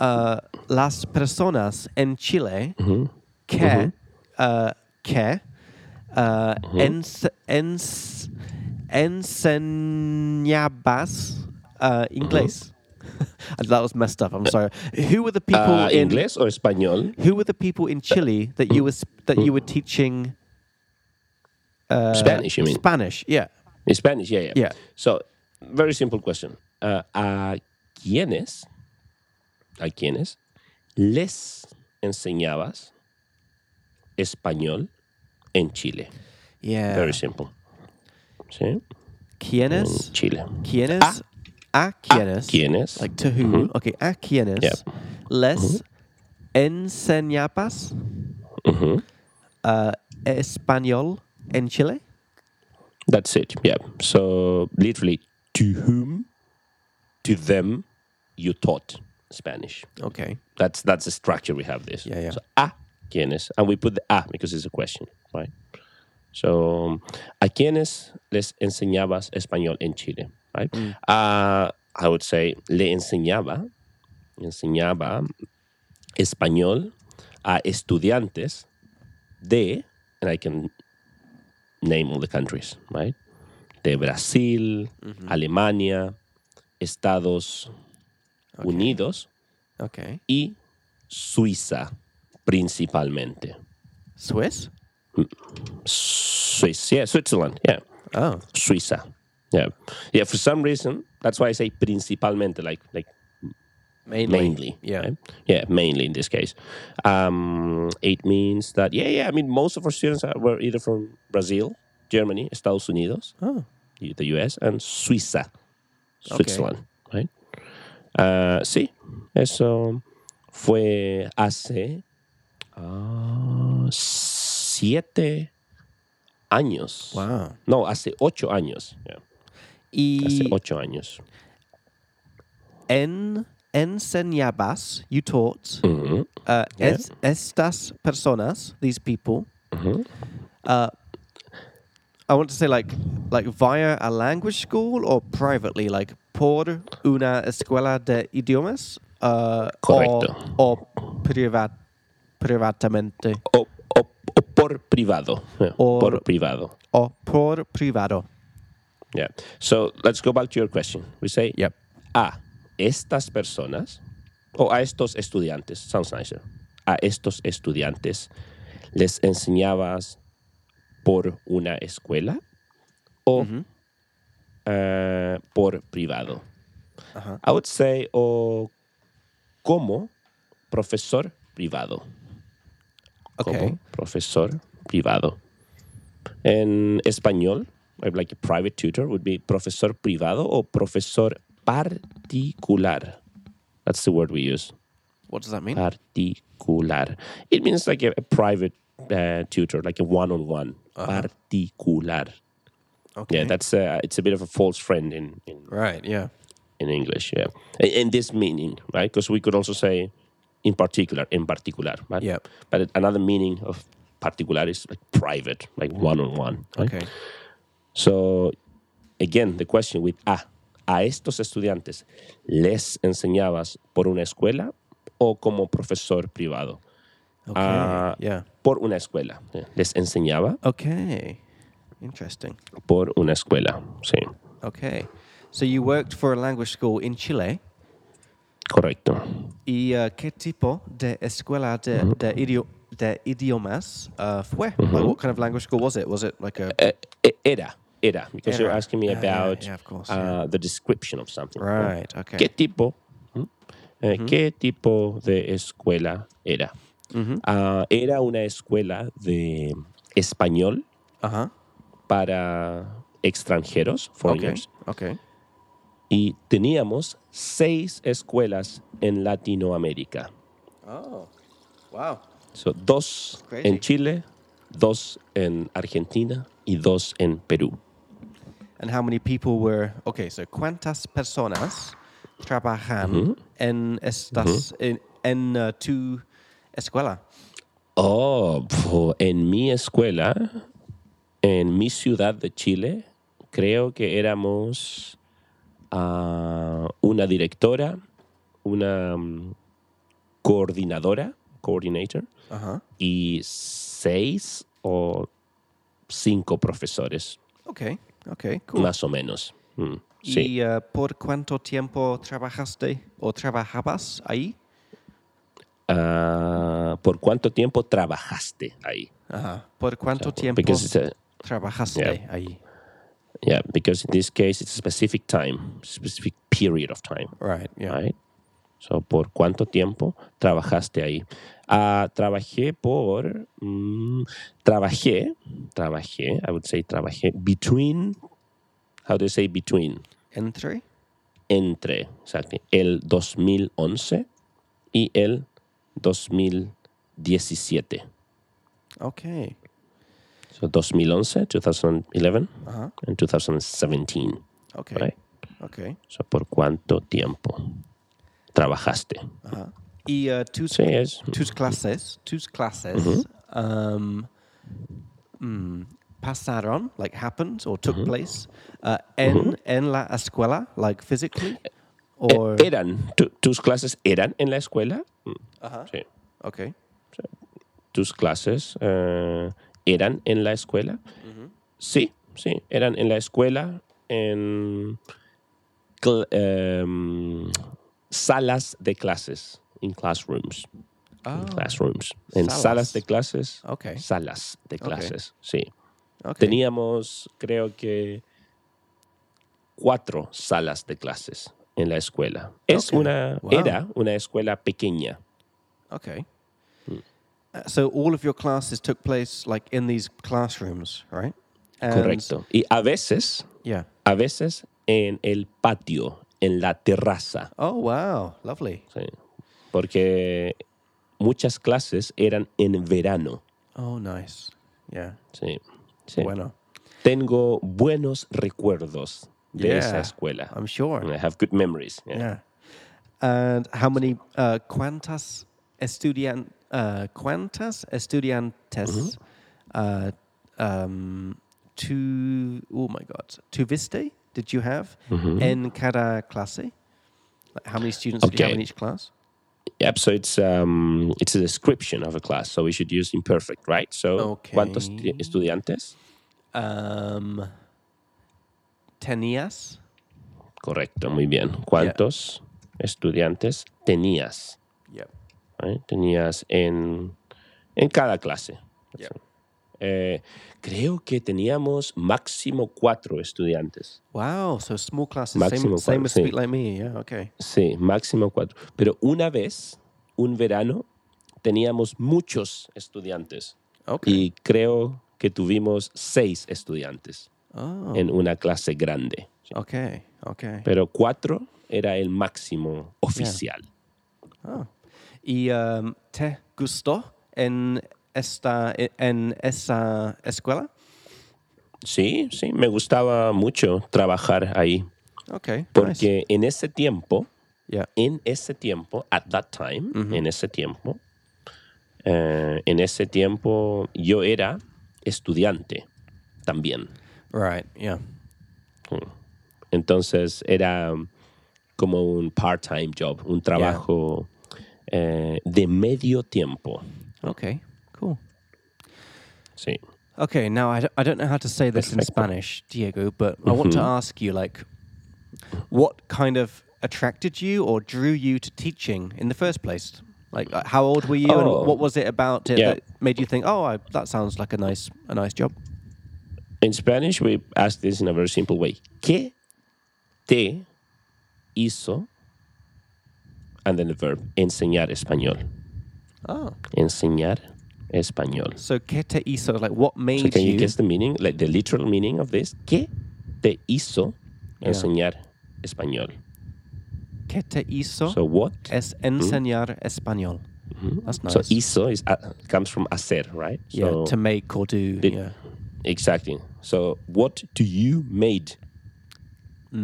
Speaker 1: uh, las personas en Chile
Speaker 2: Mm-hmm.
Speaker 1: que, uh, que uh,
Speaker 2: Mm-hmm.
Speaker 1: ens- ens- enseñabas uh,
Speaker 2: Mm-hmm.
Speaker 1: inglés? that was messed up. I'm sorry. Who were the people
Speaker 2: Uh,
Speaker 1: in
Speaker 2: ¿Inglés o español?
Speaker 1: Who were the people in Chile that you were that you were teaching uh,
Speaker 2: Spanish, you mean?
Speaker 1: Spanish? Yeah.
Speaker 2: In Spanish, yeah, yeah.
Speaker 1: Yeah.
Speaker 2: So, very simple question. Uh, ¿A quiénes, a quiénes les enseñabas español en Chile?
Speaker 1: Yeah. Ah.
Speaker 2: Very simple. ¿Sí? in
Speaker 1: ¿Quiénes?
Speaker 2: Chile. Ah.
Speaker 1: ¿Quiénes? ¿A quiénes?
Speaker 2: ¿Quiénes?
Speaker 1: Ah, Like to who?
Speaker 2: Mm-hmm.
Speaker 1: Okay, ¿a quiénes?
Speaker 2: Yep.
Speaker 1: Les
Speaker 2: Mm-hmm.
Speaker 1: enseñabas
Speaker 2: Mhm.
Speaker 1: uh, español en Chile?
Speaker 2: That's it. Yeah. So literally, to whom, to them, you taught Spanish.
Speaker 1: Okay.
Speaker 2: That's that's the structure we have. This.
Speaker 1: Yeah, yeah.
Speaker 2: So a quienes, and we put the a because it's a question, right? So um, a quienes les enseñabas español en Chile, right?
Speaker 1: Mm.
Speaker 2: Uh, I would say le enseñaba, enseñaba español a estudiantes de, and I can name all the countries, right? De Brasil,
Speaker 1: Mm-hmm.
Speaker 2: Alemania, Estados Unidos
Speaker 1: Okay.
Speaker 2: y Suiza principalmente.
Speaker 1: Swiss?
Speaker 2: Swiss, yeah, Switzerland, yeah,
Speaker 1: Oh.
Speaker 2: Suiza, yeah, yeah. For some reason, that's why I say principalmente, like like
Speaker 1: Mainly.
Speaker 2: mainly,
Speaker 1: Yeah.
Speaker 2: right? yeah, mainly in this case. Um, it means that yeah, yeah. I mean, most of our students are, were either from Brazil, Germany, Estados Unidos,
Speaker 1: Oh.
Speaker 2: the U.S., and Suiza, Switzerland, right? Ah, sí, eso fue hace ah, siete años.
Speaker 1: Wow.
Speaker 2: No, hace ocho años. yeah, Hace
Speaker 1: Y
Speaker 2: ocho años.
Speaker 1: en enseñabas, you taught
Speaker 2: Ujú,
Speaker 1: uh,
Speaker 2: Yeah. Mm-hmm.
Speaker 1: es- estas personas, these people,
Speaker 2: ujú.
Speaker 1: uh, I want to say like like via a language school or privately, like por una escuela de idiomas, uh,
Speaker 2: Correcto.
Speaker 1: or, or privat privatamente
Speaker 2: O, o- o por privado. yeah,
Speaker 1: Or-
Speaker 2: por privado.
Speaker 1: or por privado.
Speaker 2: Yeah. So let's go back to your question. We say
Speaker 1: Yep.
Speaker 2: a estas personas o a estos estudiantes. Sounds nicer. A estos estudiantes les enseñabas por una escuela o eh, por privado.
Speaker 1: Ajá.
Speaker 2: I would say o como profesor privado.
Speaker 1: Okay.
Speaker 2: Como profesor privado. En español, or like a private tutor would be profesor privado o profesor particular. That's the word we use.
Speaker 1: What does that
Speaker 2: Ah,
Speaker 1: mean?
Speaker 2: Particular. It means like a, a private uh, tutor, like a one-on-one. Particular.
Speaker 1: okay.
Speaker 2: Yeah, that's uh, it's a bit of a false friend in, in
Speaker 1: right. Yeah.
Speaker 2: in English, yeah. In, in this meaning, right? Because we could also say in particular, in particular, right?
Speaker 1: Yep.
Speaker 2: But it- another meaning of particular is like private, like one on one.
Speaker 1: Okay.
Speaker 2: So again, the question with a, a estos estudiantes les enseñabas por una escuela o como profesor privado?
Speaker 1: Okay.
Speaker 2: Uh,
Speaker 1: yeah.
Speaker 2: Por una escuela. yeah. Les enseñaba
Speaker 1: Okay. Interesting.
Speaker 2: por una escuela. Sí,
Speaker 1: Okay. So you worked for a language school in Chile.
Speaker 2: correcto.
Speaker 1: ¿Y uh, qué tipo de escuela de, de, idio- de idiomas uh, fue? Like, what kind of language school was it? Was it like a.
Speaker 2: Eh, eh, era, era, because you're
Speaker 1: Era.
Speaker 2: asking me
Speaker 1: Ah, yeah,
Speaker 2: about
Speaker 1: yeah, of course,
Speaker 2: uh,
Speaker 1: yeah.
Speaker 2: the description of something. right?
Speaker 1: Right, okay.
Speaker 2: ¿Qué tipo? ¿Mm? Eh, ¿Qué tipo de escuela era? Ah, era una escuela de español
Speaker 1: Uh huh.
Speaker 2: para extranjeros,
Speaker 1: Okay.
Speaker 2: foreigners,
Speaker 1: Okay.
Speaker 2: y teníamos seis escuelas en Latinoamérica.
Speaker 1: Oh, wow.
Speaker 2: So, dos
Speaker 1: Crazy.
Speaker 2: en Chile, dos en Argentina y dos en Perú.
Speaker 1: And how many people were. Okay, so ¿cuántas personas trabajan en estas. en, en uh, tu escuela?
Speaker 2: Oh, pf, en mi escuela, en mi ciudad de Chile, creo que éramos ah, una directora, una mm, coordinadora, coordinator,
Speaker 1: Uh huh.
Speaker 2: y seis o cinco profesores,
Speaker 1: Okay, okay, cool.
Speaker 2: más o menos. Mm, sí.
Speaker 1: ¿Y uh, por cuánto tiempo trabajaste o trabajabas ahí?
Speaker 2: Ah, ¿Por cuánto tiempo trabajaste ahí?
Speaker 1: Ajá. ¿Por cuánto tiempo
Speaker 2: Because it's a-
Speaker 1: trabajaste ahí?
Speaker 2: Yeah, because in this case it's a specific time, specific period of time,
Speaker 1: Right, yeah.
Speaker 2: right? So, ¿por cuánto tiempo trabajaste ahí? Ah, trabajé por... mm, trabajé, trabajé, I would say trabajé between how do you say between?
Speaker 1: Entry?
Speaker 2: Entre, exactly, el 2011 y el 2017.
Speaker 1: Okay.
Speaker 2: So 2011, 2011,
Speaker 1: Uh-huh.
Speaker 2: and 2017.
Speaker 1: Okay.
Speaker 2: Right?
Speaker 1: Okay.
Speaker 2: So, ¿por cuánto tiempo trabajaste?
Speaker 1: Ajá. Y eh, tus,
Speaker 2: Sí, es.
Speaker 1: tus clases, tus clases
Speaker 2: Mm-hmm.
Speaker 1: um, mm, pasaron, like happened or
Speaker 2: Mm-hmm.
Speaker 1: took place, uh, en, en la escuela, like physically?
Speaker 2: Eh,
Speaker 1: Or,
Speaker 2: eran, tu- tus clases eran en la escuela. Mm,
Speaker 1: Ajá.
Speaker 2: Sí.
Speaker 1: Uh-huh. okay.
Speaker 2: tus clases eh, eran en la escuela? Sí, sí, eran en la escuela, en cl- em, salas de clases, in classrooms.
Speaker 1: Ah,
Speaker 2: in classrooms. En
Speaker 1: salas.
Speaker 2: salas, de clases.
Speaker 1: Ok.
Speaker 2: Salas de
Speaker 1: Ok.
Speaker 2: clases, sí.
Speaker 1: okay.
Speaker 2: Teníamos, creo que, cuatro salas de clases en la escuela. Es
Speaker 1: Ok.
Speaker 2: una,
Speaker 1: Wow.
Speaker 2: era una escuela pequeña.
Speaker 1: Okay.
Speaker 2: Hmm.
Speaker 1: Uh, so all of your classes took place like in these classrooms, right? And-
Speaker 2: Correcto. Y a veces
Speaker 1: Yeah.
Speaker 2: a veces en el patio, en la terraza,
Speaker 1: Oh wow, lovely.
Speaker 2: ¿sí? porque muchas clases eran en verano.
Speaker 1: Oh nice. Yeah.
Speaker 2: ¿sí? sí.
Speaker 1: Bueno.
Speaker 2: Tengo buenos recuerdos de esa
Speaker 1: Yeah, Ah,
Speaker 2: escuela.
Speaker 1: I'm sure.
Speaker 2: I have good memories. yeah.
Speaker 1: Yeah. And how many uh, cuantas estudian uh, cuantas estudiantes
Speaker 2: Mm-hmm.
Speaker 1: uh, um, tu oh my god tu viste did you have
Speaker 2: Mm-hmm.
Speaker 1: en cada clase? Like how many students did you have
Speaker 2: Okay.
Speaker 1: in each class?
Speaker 2: Yep, so it's um, it's a description of a class, so we should use imperfect, right? So,
Speaker 1: Okay.
Speaker 2: ¿cuántos ti- estudiantes?
Speaker 1: Um, tenías
Speaker 2: Correcto, muy bien. ¿Cuántos estudiantes tenías?
Speaker 1: Yep.
Speaker 2: right? Tenías en, en cada clase.
Speaker 1: Yeah.
Speaker 2: Eh, creo que teníamos máximo cuatro estudiantes.
Speaker 1: Wow, so small classes, same,
Speaker 2: Maximum
Speaker 1: same as
Speaker 2: class,
Speaker 1: Speak
Speaker 2: sí.
Speaker 1: Like Me. Yeah, okay.
Speaker 2: Sí, máximo cuatro. Pero una vez, un verano, teníamos muchos estudiantes.
Speaker 1: Okay.
Speaker 2: Y creo que tuvimos seis estudiantes
Speaker 1: Oh,
Speaker 2: en una clase grande.
Speaker 1: okay, okay.
Speaker 2: Pero cuatro era el máximo oficial.
Speaker 1: Oh. ¿Y um, te gustó en esta en esa escuela?
Speaker 2: Sí, sí, me gustaba mucho trabajar ahí.
Speaker 1: Okay. nice.
Speaker 2: Porque en ese tiempo,
Speaker 1: Yeah.
Speaker 2: en ese tiempo, at that time, en ese tiempo, eh, en ese tiempo yo era estudiante también.
Speaker 1: Right. Yeah.
Speaker 2: Entonces era um, como un part-time job, un trabajo eh, de medio tiempo.
Speaker 1: Okay. Cool.
Speaker 2: Sí.
Speaker 1: Okay, now I don't, I don't know how to say this in Spanish, Diego, but I want to
Speaker 2: Mm-hmm.
Speaker 1: ask you like what kind of attracted you or drew you to teaching in the first place? Like uh, how old were you
Speaker 2: Oh.
Speaker 1: and what was it about it
Speaker 2: Yeah.
Speaker 1: that made you think, "Oh, I, that sounds like a nice a nice job?"
Speaker 2: In Spanish we ask this in a very simple way. ¿Qué te hizo? And then the verb enseñar español.
Speaker 1: Oh.
Speaker 2: Enseñar español.
Speaker 1: So ¿qué te hizo? Like what made
Speaker 2: So can you
Speaker 1: you
Speaker 2: guess the meaning, like the literal meaning of this? ¿Qué te hizo
Speaker 1: Yeah.
Speaker 2: enseñar español?
Speaker 1: ¿Qué te hizo?
Speaker 2: So what?
Speaker 1: es enseñar español. That's nice.
Speaker 2: So hizo is uh, comes from hacer, right?
Speaker 1: yeah,
Speaker 2: So,
Speaker 1: to make or do.
Speaker 2: did-
Speaker 1: yeah.
Speaker 2: exactly. So what do you made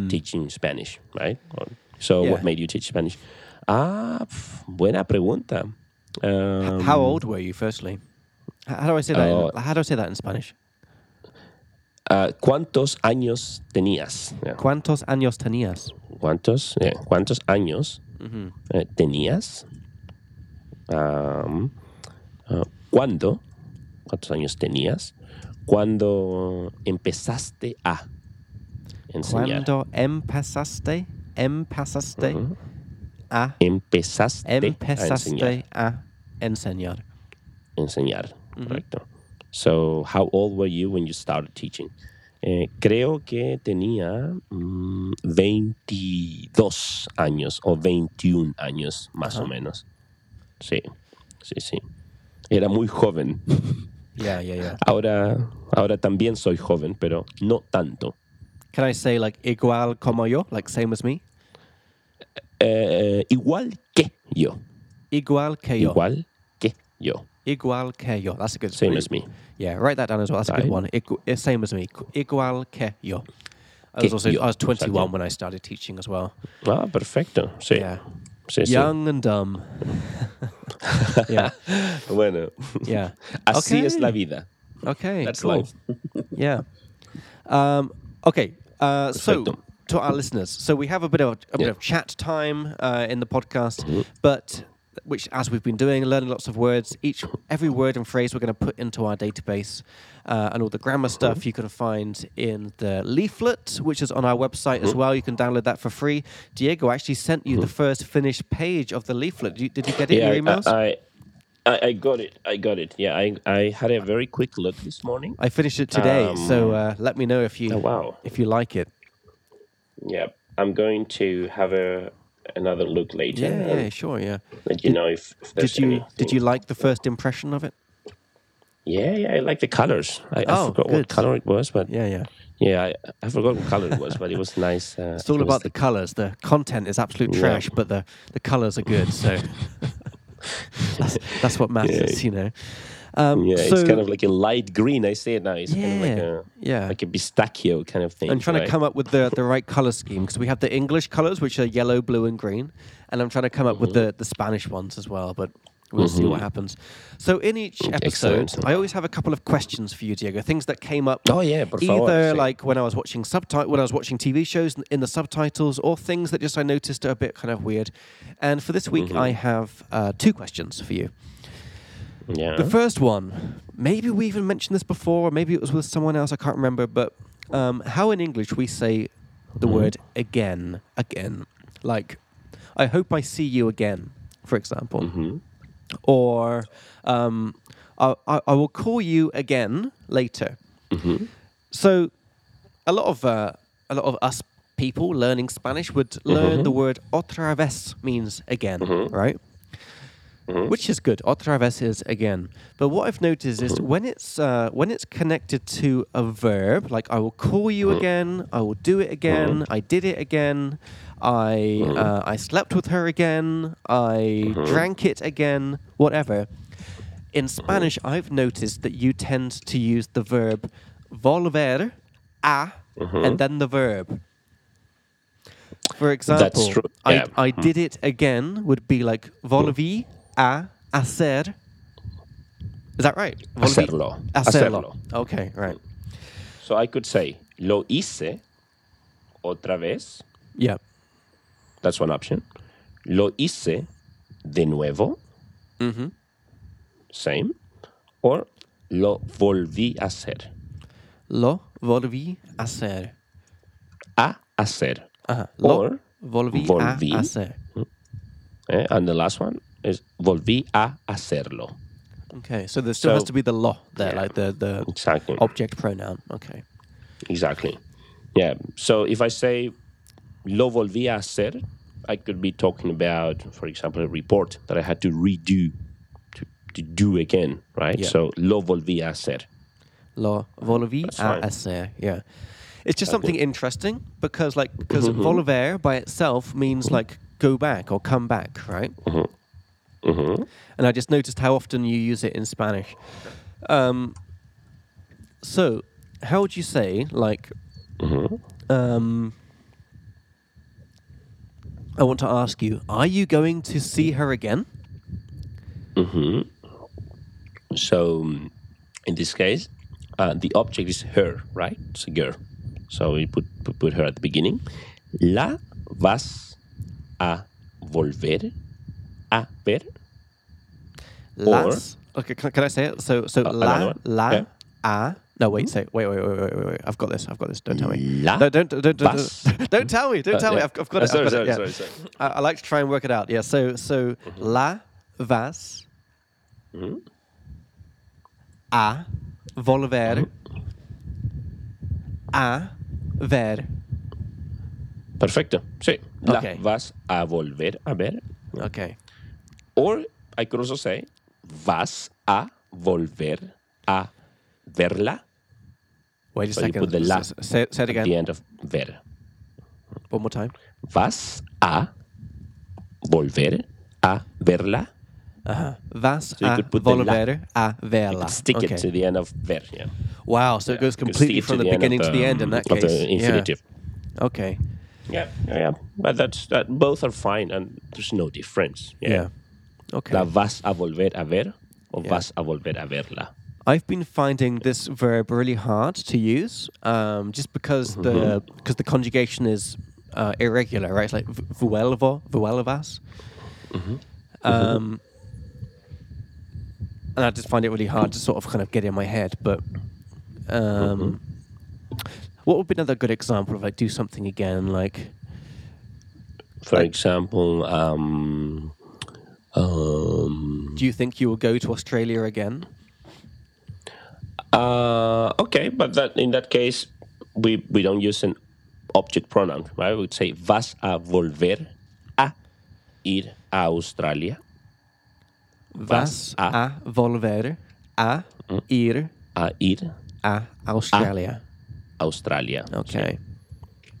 Speaker 2: teaching Spanish, right? Or- So
Speaker 1: Mm. Yeah.
Speaker 2: what made you teach Spanish? Ah, pf, buena pregunta. Um,
Speaker 1: How old were you, firstly? H- How do I say that?
Speaker 2: Oh.
Speaker 1: in, how do I say that in Spanish?
Speaker 2: ah, ¿Cuántos años tenías? Yeah.
Speaker 1: ¿Cuántos años tenías?
Speaker 2: ¿Cuántos, eh, cuántos años
Speaker 1: Mm-hmm.
Speaker 2: eh, tenías? Am, ah, ¿Cuándo? ¿Cuántos años tenías? ¿Cuándo empezaste a enseñar?
Speaker 1: Cuando empezaste, empezaste
Speaker 2: Mm-hmm.
Speaker 1: a,
Speaker 2: Empezaste, a enseñar.
Speaker 1: empezaste a enseñar.
Speaker 2: enseñar, correcto. So, how old were you when you started teaching? Eh, creo que tenía mm, 22 años o 21 años, más o menos. Sí, sí, sí. Era muy joven.
Speaker 1: Yeah, yeah, yeah.
Speaker 2: Ahora, ahora también soy joven, pero no tanto.
Speaker 1: Can I say like igual como yo, like same as me?
Speaker 2: Eh, igual que yo.
Speaker 1: Igual que yo.
Speaker 2: Igual que yo.
Speaker 1: Igual que yo. That's a good
Speaker 2: Same
Speaker 1: we-
Speaker 2: as me.
Speaker 1: Yeah, write that down as well. That's a good
Speaker 2: Right.
Speaker 1: one. Igu- eh, same as me. Cu- Igual que yo. I was
Speaker 2: Que
Speaker 1: also
Speaker 2: yo.
Speaker 1: I was 21
Speaker 2: Exactly.
Speaker 1: when I started teaching as well.
Speaker 2: Ah, perfecto. Sí.
Speaker 1: Yeah.
Speaker 2: Sí, sí.
Speaker 1: Young and dumb. yeah.
Speaker 2: Bueno,
Speaker 1: Yeah.
Speaker 2: así es
Speaker 1: Okay.
Speaker 2: la vida.
Speaker 1: Okay.
Speaker 2: That's
Speaker 1: cool.
Speaker 2: life.
Speaker 1: Yeah. Um, okay. Uh, so
Speaker 2: Perfecto.
Speaker 1: to our listeners, so we have a bit of a bit
Speaker 2: Yeah. Mm-hmm.
Speaker 1: of chat time uh, in the podcast, but which as we've been doing, learning lots of words. Each every word and phrase we're going to put into our database, uh, and all the grammar
Speaker 2: Mm-hmm.
Speaker 1: stuff you can find in the leaflet, which is on our website
Speaker 2: Mm-hmm.
Speaker 1: as well. You can download that for free. Diego actually sent you the first finished page of the leaflet. Did you, did you get it
Speaker 2: Yeah,
Speaker 1: in your emails?
Speaker 2: I, uh, I, I got it. I got it. Yeah, I, I had a very quick look this morning.
Speaker 1: I finished it today, so uh, let me know if you
Speaker 2: um, Oh, wow.
Speaker 1: if you like it.
Speaker 2: Yeah, I'm going to have a another look later.
Speaker 1: Yeah, yeah,
Speaker 2: and
Speaker 1: sure, yeah.
Speaker 2: Let you know if, if there's
Speaker 1: Did you
Speaker 2: anything.
Speaker 1: did you like the first impression of it?
Speaker 2: Yeah, yeah. I like the colors. I,
Speaker 1: Oh,
Speaker 2: I forgot
Speaker 1: good.
Speaker 2: what color it was, but
Speaker 1: Yeah, yeah.
Speaker 2: yeah, I, I forgot what color it was, but it was nice. Uh,
Speaker 1: It's all
Speaker 2: it was
Speaker 1: about the colors. The content is absolute
Speaker 2: Yeah.
Speaker 1: trash, but the the colors are good. So that's, that's what matters,
Speaker 2: Yeah.
Speaker 1: you know. Um,
Speaker 2: Yeah,
Speaker 1: so
Speaker 2: it's kind of like a light green. I see it now. It's kind of like
Speaker 1: Yeah,
Speaker 2: a
Speaker 1: yeah.
Speaker 2: like a pistachio kind of thing.
Speaker 1: I'm trying
Speaker 2: right?
Speaker 1: to come up with the, the right color scheme because we have the English colors, which are yellow, blue, and green, and I'm trying to come up
Speaker 2: Mm-hmm.
Speaker 1: with the, the Spanish ones as well. But we'll see what happens. So in each episode,
Speaker 2: excellent.
Speaker 1: I always have a couple of questions for you, Diego. Things that came up.
Speaker 2: Oh, yeah, por favor,
Speaker 1: either
Speaker 2: sí.
Speaker 1: like when I was watching subtitle, when I was watching TV shows in the subtitles, or things that just I noticed are a bit kind of weird. And for this week,
Speaker 2: Mm-hmm.
Speaker 1: I have uh, two questions for you.
Speaker 2: Yeah.
Speaker 1: The first one, maybe we even mentioned this before, or maybe it was with someone else, I can't remember, but um, how in English we say the word again, again. Like, I hope I see you again, for example.
Speaker 2: Mm. Mm-hmm.
Speaker 1: Or, um, I, I, I will call you again later.
Speaker 2: Mm-hmm.
Speaker 1: So, a lot of uh, a lot of us people learning Spanish would learn the word otra vez means again, right? Which is good. Otra vez is again. But what I've noticed is when it's uh, when it's connected to a verb, like I will call you again, I will do it again, I did it again, I uh, I slept with her again, I drank it again, whatever. In Spanish, I've noticed that you tend to use the verb volver a
Speaker 2: Mm-hmm.
Speaker 1: and then the verb. For example,
Speaker 2: true,
Speaker 1: I,
Speaker 2: yeah. Mm-hmm.
Speaker 1: I did it again would be like volví a hacer. Is that right? Volví-
Speaker 2: Hacerlo.
Speaker 1: Hacerlo.
Speaker 2: Hacerlo. Mm.
Speaker 1: Okay, right.
Speaker 2: So I could say lo hice otra vez.
Speaker 1: Yeah.
Speaker 2: That's one option. Lo hice de nuevo. Same. Or lo volví a hacer.
Speaker 1: Lo volví a hacer.
Speaker 2: A hacer.
Speaker 1: Ajá. Lo
Speaker 2: Or
Speaker 1: volví,
Speaker 2: volví.
Speaker 1: a hacer.
Speaker 2: Eh, and the last one is volví a hacerlo.
Speaker 1: Okay, so there still has
Speaker 2: So-
Speaker 1: to be the lo there,
Speaker 2: Yeah.
Speaker 1: like the, the
Speaker 2: Exactly.
Speaker 1: object pronoun. Okay.
Speaker 2: Exactly. Yeah. So if I say lo volví a hacer, I could be talking about, for example, a report that I had to redo, to, to do again, right?
Speaker 1: Yeah.
Speaker 2: So lo volví a hacer.
Speaker 1: Lo volví a
Speaker 2: right.
Speaker 1: hacer. Yeah. It's just something interesting because like because volver by itself means like go back or come back, right? And I just noticed how often you use it in Spanish. Um, so, how would you say like um, I want to ask you, are you going to see her again?
Speaker 2: So um, in this case, uh, the object is her, right? It's a girl. So we put, put, put her at the beginning. La vas a volver a ver. Or- Uh,
Speaker 1: Las. Okay, can, can I say it? So, so
Speaker 2: another
Speaker 1: la,
Speaker 2: one.
Speaker 1: la,
Speaker 2: Yeah.
Speaker 1: a. No, wait, say, wait, wait, wait, wait, wait, wait. I've got this. I've got this. Don't tell me.
Speaker 2: La
Speaker 1: No, don't, don't, don't,
Speaker 2: vas.
Speaker 1: don't, don't tell me. Don't
Speaker 2: Uh,
Speaker 1: tell me.
Speaker 2: yeah.
Speaker 1: I've, I've got
Speaker 2: Uh,
Speaker 1: it.
Speaker 2: sorry,
Speaker 1: I've got
Speaker 2: sorry,
Speaker 1: it. Yeah.
Speaker 2: sorry, sorry. Mm-hmm.
Speaker 1: I, I like to try and work it out. Yeah. So, so la vas a volver
Speaker 2: Mm-hmm.
Speaker 1: a ver.
Speaker 2: Perfecto. Sí. La
Speaker 1: Okay.
Speaker 2: vas a volver a ver.
Speaker 1: Okay.
Speaker 2: Or I could also say, vas a volver a verla.
Speaker 1: Wait a
Speaker 2: So you
Speaker 1: second.
Speaker 2: put the
Speaker 1: S-
Speaker 2: la
Speaker 1: s- Say, say it
Speaker 2: at the
Speaker 1: again.
Speaker 2: end of ver.
Speaker 1: One more time.
Speaker 2: Vas a volver a verla.
Speaker 1: Uh-huh. Vas
Speaker 2: you
Speaker 1: a
Speaker 2: could put the la-
Speaker 1: volver a verla.
Speaker 2: Stick
Speaker 1: okay.
Speaker 2: it to the end of ver. Yeah.
Speaker 1: Wow, so it goes
Speaker 2: You can stick
Speaker 1: completely
Speaker 2: it
Speaker 1: from the,
Speaker 2: end of
Speaker 1: beginning to the end in
Speaker 2: um,
Speaker 1: that
Speaker 2: of
Speaker 1: case.
Speaker 2: the
Speaker 1: Yeah.
Speaker 2: infinitive.
Speaker 1: Okay.
Speaker 2: Yeah. yeah, yeah. But that's that. Both are fine, and there's no difference.
Speaker 1: Yeah.
Speaker 2: Yeah.
Speaker 1: Okay.
Speaker 2: La vas a volver a ver o
Speaker 1: Yeah.
Speaker 2: vas a volver a verla.
Speaker 1: I've been finding this verb really hard to use, um, just because the
Speaker 2: Mm-hmm.
Speaker 1: because the conjugation is uh, irregular, right? It's like v- vuelvo, vuelvas.
Speaker 2: Mm-hmm.
Speaker 1: Um, and I just find it really hard to sort of kind of get in my head. But
Speaker 2: Mm-hmm.
Speaker 1: um, what would be another good example of like do something again, like
Speaker 2: For example, um, um,
Speaker 1: do you think you will go to Australia again?
Speaker 2: uh, okay, but that in that case, we we don't use an object pronoun, right? We would say vas a volver a ir a Australia.
Speaker 1: Vas
Speaker 2: Vas
Speaker 1: a volver a
Speaker 2: Mm.
Speaker 1: ir
Speaker 2: A ir
Speaker 1: a Australia.
Speaker 2: Ah, Australia.
Speaker 1: Okay.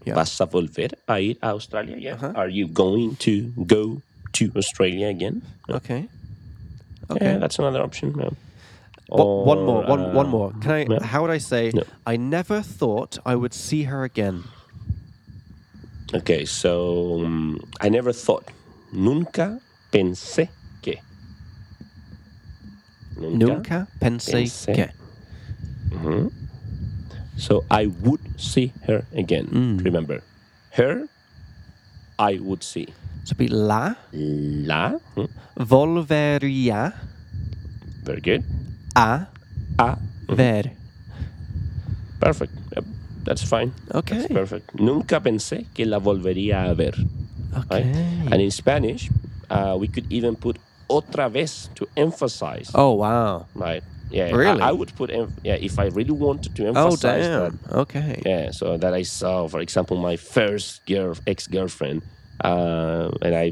Speaker 1: Yeah.
Speaker 2: Vas a volver a ir a Australia? Yeah.
Speaker 1: Uh-huh.
Speaker 2: Are you going to go to Australia again?
Speaker 1: Okay.
Speaker 2: Yeah,
Speaker 1: Okay.
Speaker 2: that's another option. yeah.
Speaker 1: Wha- one more.
Speaker 2: Or,
Speaker 1: One. one
Speaker 2: uh,
Speaker 1: more. Can I?
Speaker 2: yeah.
Speaker 1: How would I say?
Speaker 2: Yeah.
Speaker 1: I never thought I would see her again.
Speaker 2: uh, Okay, so um, I never thought. Nunca pensé que.
Speaker 1: Nunca pensé
Speaker 2: Pensé.
Speaker 1: que.
Speaker 2: Mm-hmm. So I would see her again.
Speaker 1: Mm.
Speaker 2: Remember, her, I would see.
Speaker 1: So it'd be la
Speaker 2: La, mm,
Speaker 1: volvería
Speaker 2: very good.
Speaker 1: a
Speaker 2: A,
Speaker 1: ver.
Speaker 2: perfect. Yep, that's fine.
Speaker 1: Okay.
Speaker 2: That's perfect. Nunca pensé que la volvería a ver. right?
Speaker 1: Okay.
Speaker 2: And in Spanish, uh, we could even put otra vez to emphasize.
Speaker 1: Oh wow.
Speaker 2: Right. Yeah. I-
Speaker 1: Really?
Speaker 2: I, would put em- yeah if I really wanted to
Speaker 1: Oh
Speaker 2: emphasize
Speaker 1: damn.
Speaker 2: that.
Speaker 1: Okay.
Speaker 2: Yeah. So that I saw, for example, my first girl ex girlfriend, uh, and I, I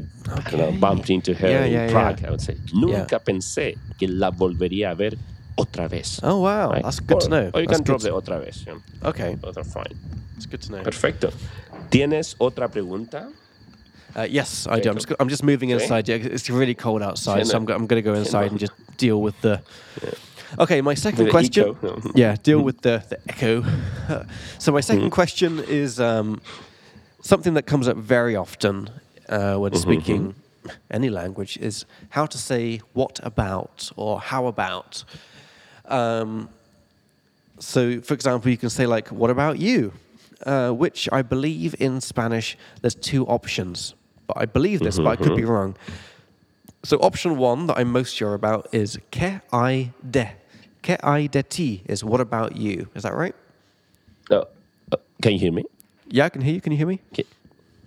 Speaker 2: don't know,
Speaker 1: Okay.
Speaker 2: bumped into her
Speaker 1: Yeah,
Speaker 2: in
Speaker 1: yeah,
Speaker 2: Prague.
Speaker 1: yeah.
Speaker 2: I would say nunca pensé que la volvería a ver otra vez.
Speaker 1: Oh wow.
Speaker 2: Right?
Speaker 1: That's good
Speaker 2: or,
Speaker 1: to know.
Speaker 2: Or you
Speaker 1: That's good
Speaker 2: can drop
Speaker 1: to-
Speaker 2: the otra vez. Yeah.
Speaker 1: Okay.
Speaker 2: Both are fine.
Speaker 1: It's good to know.
Speaker 2: Perfecto. ¿Tienes otra pregunta?
Speaker 1: Uh, yes, I do. I'm
Speaker 2: Jacob.
Speaker 1: just, go- I'm just moving
Speaker 2: Okay.
Speaker 1: inside. Yeah, 'cause it's really cold outside, so
Speaker 2: Chin
Speaker 1: I'm, go- I'm going to go inside
Speaker 2: up.
Speaker 1: and just deal with the. Okay, my second
Speaker 2: With the
Speaker 1: question.
Speaker 2: echo.
Speaker 1: Yeah, deal with the, the echo. so, my second question is um, something that comes up very often uh, when speaking any language is how to say what about or how about. Um, so, for example, you can say, like, what about you? Uh, which I believe in Spanish, there's two options. But I believe this, but I could be wrong. So, option one that I'm most sure about is que hay de. Que hay de ti is what about you? Is that right?
Speaker 2: Uh, uh, can you hear me?
Speaker 1: Yeah, I can hear you. Can you hear me?
Speaker 2: Okay.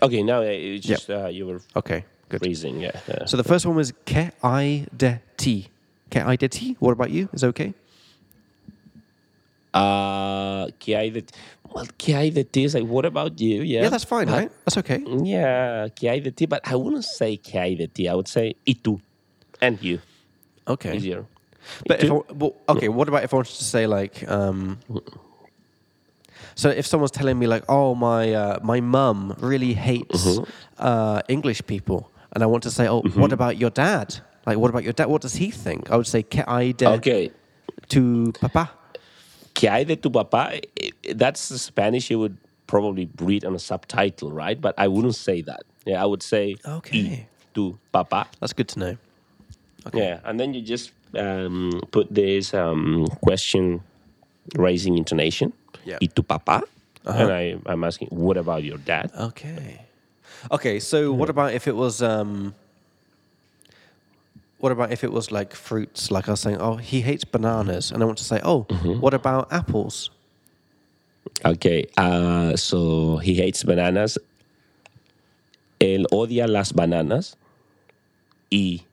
Speaker 2: Okay. Now uh, it's just uh, you were
Speaker 1: Okay, good.
Speaker 2: freezing. Yeah. yeah.
Speaker 1: So, the first one was que hay de ti. Que hay de ti? What about you? Is that okay?
Speaker 2: Uh, ¿qué hay de ti? Well, ¿qué hay de ti? It's like, what about you? Yeah.
Speaker 1: Yeah, that's fine,
Speaker 2: Uh,
Speaker 1: right? That's okay.
Speaker 2: Yeah, ¿qué hay de ti? But I wouldn't say ¿qué hay de ti? I would say ¿y tú? And you.
Speaker 1: Okay.
Speaker 2: Easier.
Speaker 1: But
Speaker 2: It
Speaker 1: if I,
Speaker 2: could-
Speaker 1: well, okay, what about if I wanted to say like, um, so if someone's telling me like, oh my uh, my mum really hates uh, English people, and I want to say, oh, what about your dad? Like, what about your dad? What does he think? I would say, que hay de
Speaker 2: Okay.
Speaker 1: to papa.
Speaker 2: ¿Qué hay de tu papá? Eh, eh, That's the Spanish you would probably read on a subtitle, right? But I wouldn't say that. Yeah, I would say
Speaker 1: Okay.
Speaker 2: ¿y tu papá?
Speaker 1: That's good to know.
Speaker 2: Yeah, and then you just um, put this um, question raising intonation.
Speaker 1: Yeah. Uh-huh.
Speaker 2: ¿Y tu papá? And I, I'm asking, what about your dad?
Speaker 1: Okay. Okay, so what about if it was um what about if it was like fruits, like I was saying, oh he hates bananas and I want to say, Oh, what about apples?
Speaker 2: Okay, uh, so he hates bananas. Él odia las bananas y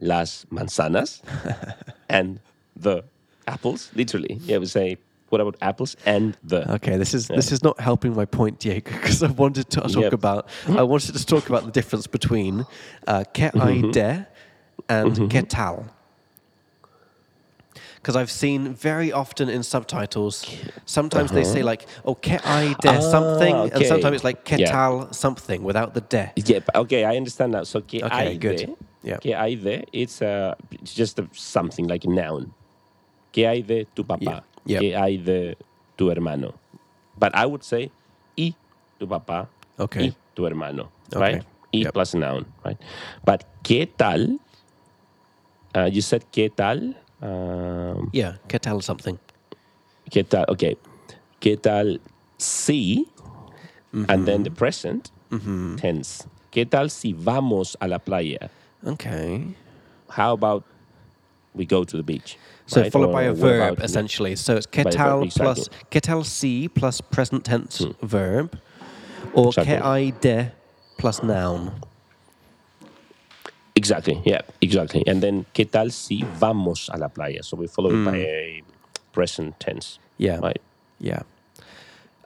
Speaker 2: las manzanas and the apples, literally. Yeah, we say, what about apples and the?
Speaker 1: Okay, this is this is not helping my point, Diego, because I wanted to talk
Speaker 2: Yep.
Speaker 1: about I wanted to talk about the difference between
Speaker 2: Mm-hmm.
Speaker 1: uh, que hay de and que tal. because I've seen very often in subtitles, sometimes they say like, "Oh, que hay de something," and
Speaker 2: Uh-huh. Ah, okay.
Speaker 1: sometimes it's like "que
Speaker 2: Yeah.
Speaker 1: tal something" without the de.
Speaker 2: Yeah, but- okay, I understand now. So que
Speaker 1: Okay,
Speaker 2: hay
Speaker 1: good.
Speaker 2: de,
Speaker 1: Yeah.
Speaker 2: que hay de, it's, uh, it's just a, something like a noun. Que hay de tu papá.
Speaker 1: Yeah, yeah.
Speaker 2: Que hay de tu hermano. But I would say y tu papá.
Speaker 1: Okay.
Speaker 2: Y tu hermano.
Speaker 1: Okay.
Speaker 2: Right? Y
Speaker 1: Yep.
Speaker 2: plus a noun. Right? But que tal? Uh, you said que tal? Um,
Speaker 1: Yeah, que tal something.
Speaker 2: que tal? Okay. Que tal si?
Speaker 1: Mm-hmm.
Speaker 2: And then the present tense. Que tal si vamos a la playa?
Speaker 1: Okay.
Speaker 2: how about we go to the beach?
Speaker 1: So
Speaker 2: right?
Speaker 1: followed
Speaker 2: Or
Speaker 1: by a
Speaker 2: what
Speaker 1: verb
Speaker 2: about-
Speaker 1: essentially. So it's que
Speaker 2: by a verb,
Speaker 1: tal plus
Speaker 2: exactly. Hmm.
Speaker 1: que tal si plus present tense verb, or
Speaker 2: Exactly.
Speaker 1: que hay de plus noun.
Speaker 2: Exactly. Yeah. Exactly. And then qué tal si vamos a la playa? So we follow it by a present tense.
Speaker 1: Mm. Yeah.
Speaker 2: Right.
Speaker 1: Yeah. Um,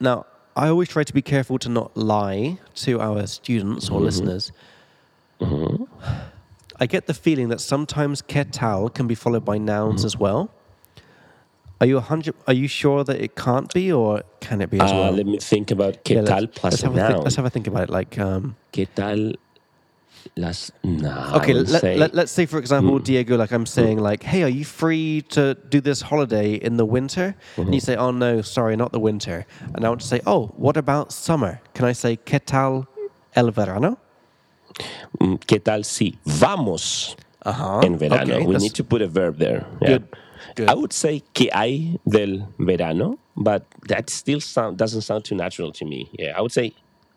Speaker 1: now, I always try to be careful to not lie to our students
Speaker 2: Mm-hmm.
Speaker 1: or listeners. I get the feeling that sometimes que tal can be followed by nouns
Speaker 2: Mm-hmm.
Speaker 1: as well. Are you a hundred? Are you sure that it can't be, or can it be as
Speaker 2: Uh,
Speaker 1: well?
Speaker 2: Let me think about qué
Speaker 1: Ah. Yeah, let's-
Speaker 2: tal plus
Speaker 1: let's have, a
Speaker 2: noun.
Speaker 1: think, let's have a think about it. Like, um,
Speaker 2: qué tal las eh? nouns.
Speaker 1: okay, let,
Speaker 2: say- Hmm.
Speaker 1: let, us say for example, Diego, like I'm saying, like, hey, are you free to do this holiday in the winter? And you
Speaker 2: Hmm.
Speaker 1: say, oh no, sorry, not the winter. And I want to say, oh, what about summer? Can I say qué tal el verano?
Speaker 2: Mm, qué tal si vamos
Speaker 1: Uh huh.
Speaker 2: en verano? we need to put a verb there. Yeah.
Speaker 1: Good. Good.
Speaker 2: I would say que hay del verano, but that still sound, doesn't sound too natural to me. Yeah, I would say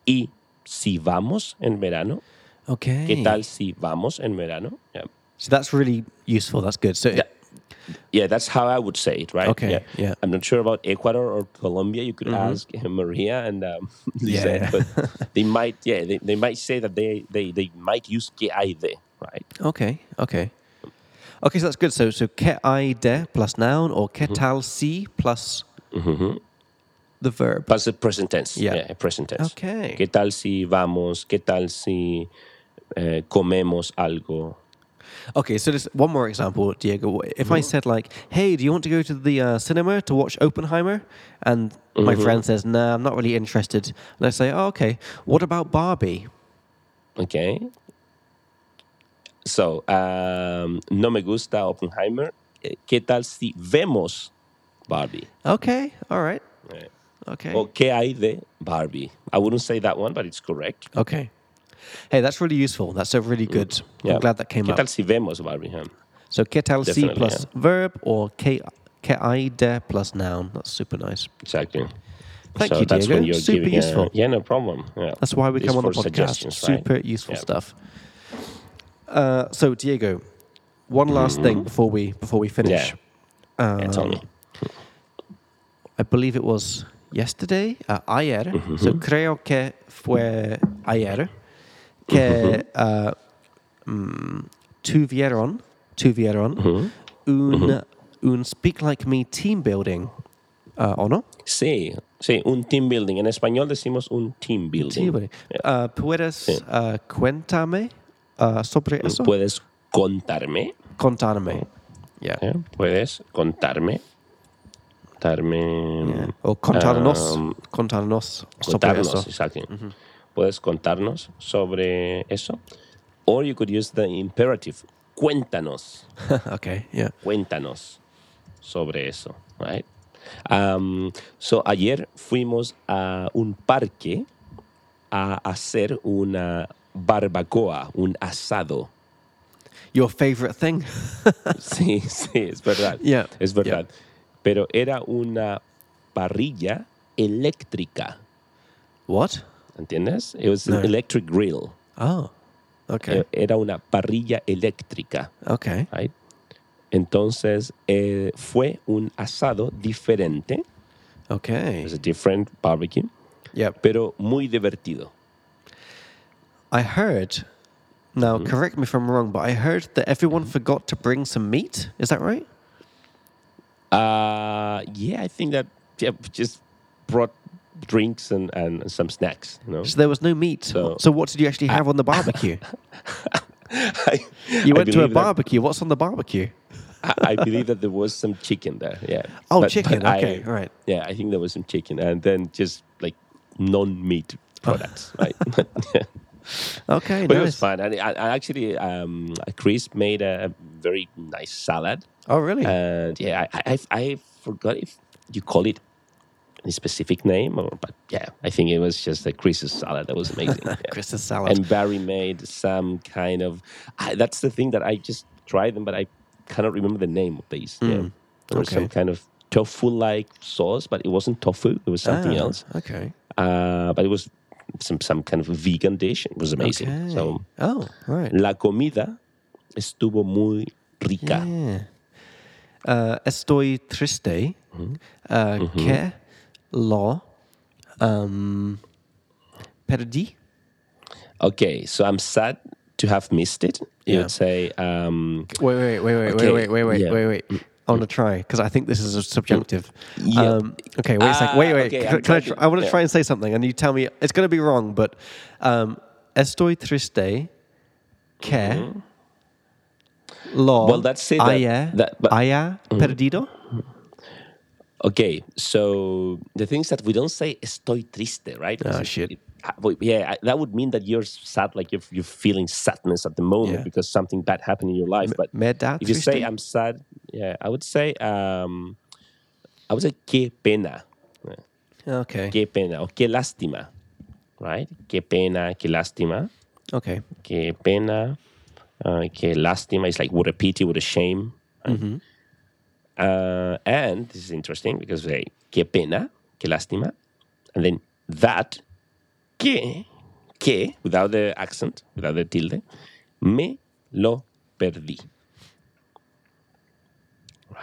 Speaker 2: y si vamos en verano.
Speaker 1: Okay.
Speaker 2: ¿Qué tal si vamos en verano? Yeah,
Speaker 1: So that's really useful. That's good. So, it-
Speaker 2: yeah that's how I would say it, right?
Speaker 1: Okay, yeah. Mm-hmm.
Speaker 2: I'm not sure about Ecuador or Colombia. You could ask uh, Maria and um, Lisa,
Speaker 1: Yeah.
Speaker 2: but they might, yeah, they, they might say that they, they, they might use que hay de, right?
Speaker 1: okay, okay. Okay, so that's good. So, so que hay de plus noun or
Speaker 2: Hmm.
Speaker 1: que tal si plus
Speaker 2: Mm-hmm.
Speaker 1: the verb.
Speaker 2: Plus the present tense.
Speaker 1: Yeah.
Speaker 2: Yeah, present tense.
Speaker 1: Okay.
Speaker 2: ¿Qué tal si vamos? ¿Qué tal si eh, comemos algo?
Speaker 1: Okay, so just one more example, Diego. If
Speaker 2: Mm-hmm.
Speaker 1: I said like, "Hey, do you want to go to the uh, cinema to watch Oppenheimer?" and my
Speaker 2: Mm-hmm.
Speaker 1: friend says, "Nah, I'm not really interested," and I say, "Oh, okay. What about Barbie?"
Speaker 2: Okay. So, um, no me gusta Oppenheimer. Eh, ¿Qué tal si vemos Barbie?
Speaker 1: Okay, all right. Okay.
Speaker 2: O ¿qué hay de Barbie? I wouldn't say that one, but it's correct.
Speaker 1: Okay. Hey, that's really useful. That's a really good.
Speaker 2: Mm, Yeah.
Speaker 1: I'm glad that came
Speaker 2: ¿Qué
Speaker 1: up.
Speaker 2: tal si vemos Barbie? huh?
Speaker 1: so que tal si
Speaker 2: Definitely,
Speaker 1: plus verb or que que I de plus noun. That's super nice.
Speaker 2: Exactly.
Speaker 1: Thank
Speaker 2: so
Speaker 1: you,
Speaker 2: that's
Speaker 1: Diego.
Speaker 2: When you're
Speaker 1: Super
Speaker 2: giving a-
Speaker 1: useful.
Speaker 2: yeah, no problem. Yeah.
Speaker 1: That's why we
Speaker 2: It's
Speaker 1: come on the
Speaker 2: for
Speaker 1: podcast.
Speaker 2: suggestions, right?
Speaker 1: Super useful
Speaker 2: Yeah.
Speaker 1: stuff. Uh, so Diego, one last thing before we before we finish.
Speaker 2: Mm-hmm.
Speaker 1: Um,
Speaker 2: Yeah. yeah, tell
Speaker 1: uh,
Speaker 2: me.
Speaker 1: I believe it was yesterday, uh, ayer.
Speaker 2: Mm-hmm.
Speaker 1: So creo que fue ayer que
Speaker 2: Mm-hmm.
Speaker 1: uh, mm, tuvieron tuvieron
Speaker 2: Mm-hmm.
Speaker 1: un un speak like me team building, uh, ¿o no?
Speaker 2: Mm-hmm. Sí, sí, un team building. En español decimos un team building.
Speaker 1: Team building. Uh, puedes uh, cuéntame uh, sobre eso.
Speaker 2: Puedes contarme.
Speaker 1: Contarme. Yeah.
Speaker 2: ¿eh? Puedes contarme. Contarme.
Speaker 1: O contarnos,
Speaker 2: Um,
Speaker 1: contarnos sobre
Speaker 2: contarnos,
Speaker 1: eso.
Speaker 2: exacto. Puedes contarnos sobre eso. Or you could use the imperative. Cuéntanos.
Speaker 1: okay, yeah.
Speaker 2: Cuéntanos sobre eso. Right? Um, so ayer fuimos a un parque a hacer una barbacoa, un asado.
Speaker 1: Your favorite thing?
Speaker 2: Sí, sí, es verdad.
Speaker 1: Yeah,
Speaker 2: Es verdad. Pero era una parrilla eléctrica,
Speaker 1: what?
Speaker 2: ¿entiendes? It was an
Speaker 1: No.
Speaker 2: electric grill.
Speaker 1: Oh, okay,
Speaker 2: Eh, Era una parrilla eléctrica,
Speaker 1: okay,
Speaker 2: right? Entonces, eh, fue un asado diferente, it
Speaker 1: okay.
Speaker 2: was a different barbecue,
Speaker 1: Yep.
Speaker 2: pero muy divertido.
Speaker 1: I heard, now
Speaker 2: Mm-hmm.
Speaker 1: correct me if I'm wrong, but I heard that everyone forgot to bring some meat. Is that right?
Speaker 2: Uh, yeah, I think that yeah, just brought drinks and, and some snacks, you know?
Speaker 1: So there was no meat.
Speaker 2: So-
Speaker 1: So what did you actually have on the barbecue?
Speaker 2: I-
Speaker 1: You
Speaker 2: I
Speaker 1: went to a
Speaker 2: believe that-
Speaker 1: barbecue. What's on the barbecue?
Speaker 2: I believe that there was some chicken there. Yeah.
Speaker 1: Oh,
Speaker 2: But-
Speaker 1: chicken.
Speaker 2: but I-
Speaker 1: okay, all right.
Speaker 2: Yeah, I think there was some chicken, and then just like non-meat products, right? but
Speaker 1: Okay,
Speaker 2: it was
Speaker 1: nice.
Speaker 2: fun. And I, I actually, um, Chris made a very nice salad,
Speaker 1: Oh, really?
Speaker 2: and yeah, I, I, I forgot if you call it a specific name, or but yeah, I think it was just a Chris's salad that was amazing. yeah.
Speaker 1: Chris's salad.
Speaker 2: and Barry made some kind of. I, that's the thing that I just tried them, but I cannot remember the name of these. Yeah. There was some
Speaker 1: Hmm. okay.
Speaker 2: kind of tofu-like sauce, but it wasn't tofu. It was something
Speaker 1: Ah,
Speaker 2: else.
Speaker 1: Okay.
Speaker 2: Uh, but it was some some kind of vegan dish. It was amazing.
Speaker 1: okay.
Speaker 2: So
Speaker 1: oh, right.
Speaker 2: la comida estuvo muy rica.
Speaker 1: Yeah. Uh, estoy triste
Speaker 2: Mm-hmm.
Speaker 1: uh, que lo um, perdí.
Speaker 2: Okay, so I'm sad to have missed it. You
Speaker 1: Yeah.
Speaker 2: would say. Um,
Speaker 1: Wait, wait, wait, wait,
Speaker 2: Okay,
Speaker 1: wait, wait, wait, wait,
Speaker 2: yeah. Mm-hmm.
Speaker 1: wait, wait. I want to try because I think this is a subjunctive.
Speaker 2: Yeah.
Speaker 1: Um, okay, wait a second.
Speaker 2: Ah,
Speaker 1: Wait, wait.
Speaker 2: okay,
Speaker 1: can, can I,
Speaker 2: I'm trying to-
Speaker 1: tr- I want to
Speaker 2: yeah.
Speaker 1: try and say something, and you tell me it's going to be wrong. But um, estoy triste que lo
Speaker 2: Mm-hmm. Well, that's it, that-
Speaker 1: haya,
Speaker 2: that- but- Mm-hmm.
Speaker 1: haya perdido.
Speaker 2: Okay, so the things that we don't say estoy triste, right?
Speaker 1: Ah,
Speaker 2: Because it-
Speaker 1: shit.
Speaker 2: it- ah, well, yeah, I- that would mean that you're sad, like you're, you're feeling sadness at the moment
Speaker 1: Yeah.
Speaker 2: because something bad happened in your life. But
Speaker 1: Me da
Speaker 2: if you say
Speaker 1: triste?
Speaker 2: I'm sad, yeah, I would say, um, I would say qué pena, yeah,
Speaker 1: Okay.
Speaker 2: qué pena, or qué lástima, right? Qué pena, qué lástima,
Speaker 1: Okay.
Speaker 2: qué pena, uh, qué lástima. It's like with a pity, with a shame. right? Uh, and this is interesting because they qué pena, qué lástima, and then that, que, que, without the accent, without the tilde, me lo perdí.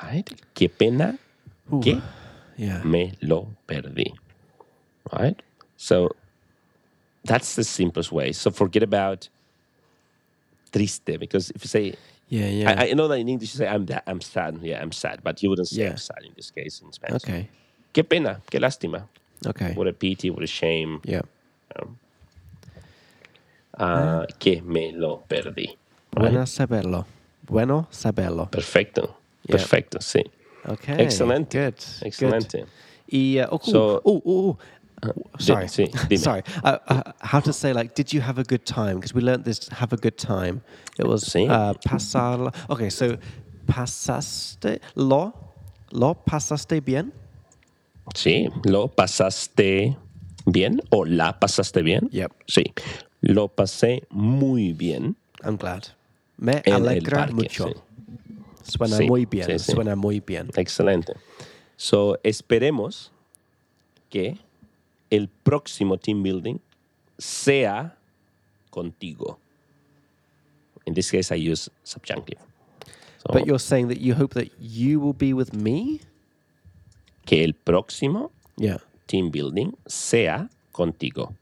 Speaker 2: Right? Qué pena,
Speaker 1: Ooh,
Speaker 2: que
Speaker 1: Yeah.
Speaker 2: me lo perdí. Right? So that's the simplest way. So forget about triste because if you say
Speaker 1: Yeah. Yeah.
Speaker 2: I, I know that in English you say I'm da- I'm sad. Yeah, I'm sad, but you wouldn't say
Speaker 1: Yeah.
Speaker 2: I'm sad in this case in Spanish.
Speaker 1: okay.
Speaker 2: Qué pena, qué lástima.
Speaker 1: Okay.
Speaker 2: What a pity, what a shame.
Speaker 1: Yeah.
Speaker 2: Uh, que me lo perdí.
Speaker 1: Bueno saberlo. Bueno saberlo.
Speaker 2: Perfecto.
Speaker 1: Yeah.
Speaker 2: Perfecto, sí.
Speaker 1: Okay.
Speaker 2: Excellent.
Speaker 1: Good.
Speaker 2: Excellent.
Speaker 1: Good. Y, uh, oh,
Speaker 2: So- Uh,
Speaker 1: oh, oh, oh. Sorry.
Speaker 2: sí, dime.
Speaker 1: Sorry. Uh, uh, how to say like, did you have a good time? Because we learnt this. Have a good time. It was
Speaker 2: Sí.
Speaker 1: uh, pasar. Okay, so pasaste lo lo pasaste bien.
Speaker 2: Sí, lo pasaste bien o la pasaste bien.
Speaker 1: Yep.
Speaker 2: Sí, lo pasé muy bien
Speaker 1: I'm glad. Me
Speaker 2: en
Speaker 1: alegra
Speaker 2: el parque.
Speaker 1: mucho.
Speaker 2: sí.
Speaker 1: Suena
Speaker 2: Sí,
Speaker 1: muy bien.
Speaker 2: sí, sí.
Speaker 1: Suena muy bien.
Speaker 2: Excelente. So, esperemos que el próximo team building sea contigo. In this case, I use subjunctive. So,
Speaker 1: But you're saying that you hope that you will be with me?
Speaker 2: que el próximo
Speaker 1: Yeah.
Speaker 2: team building sea contigo.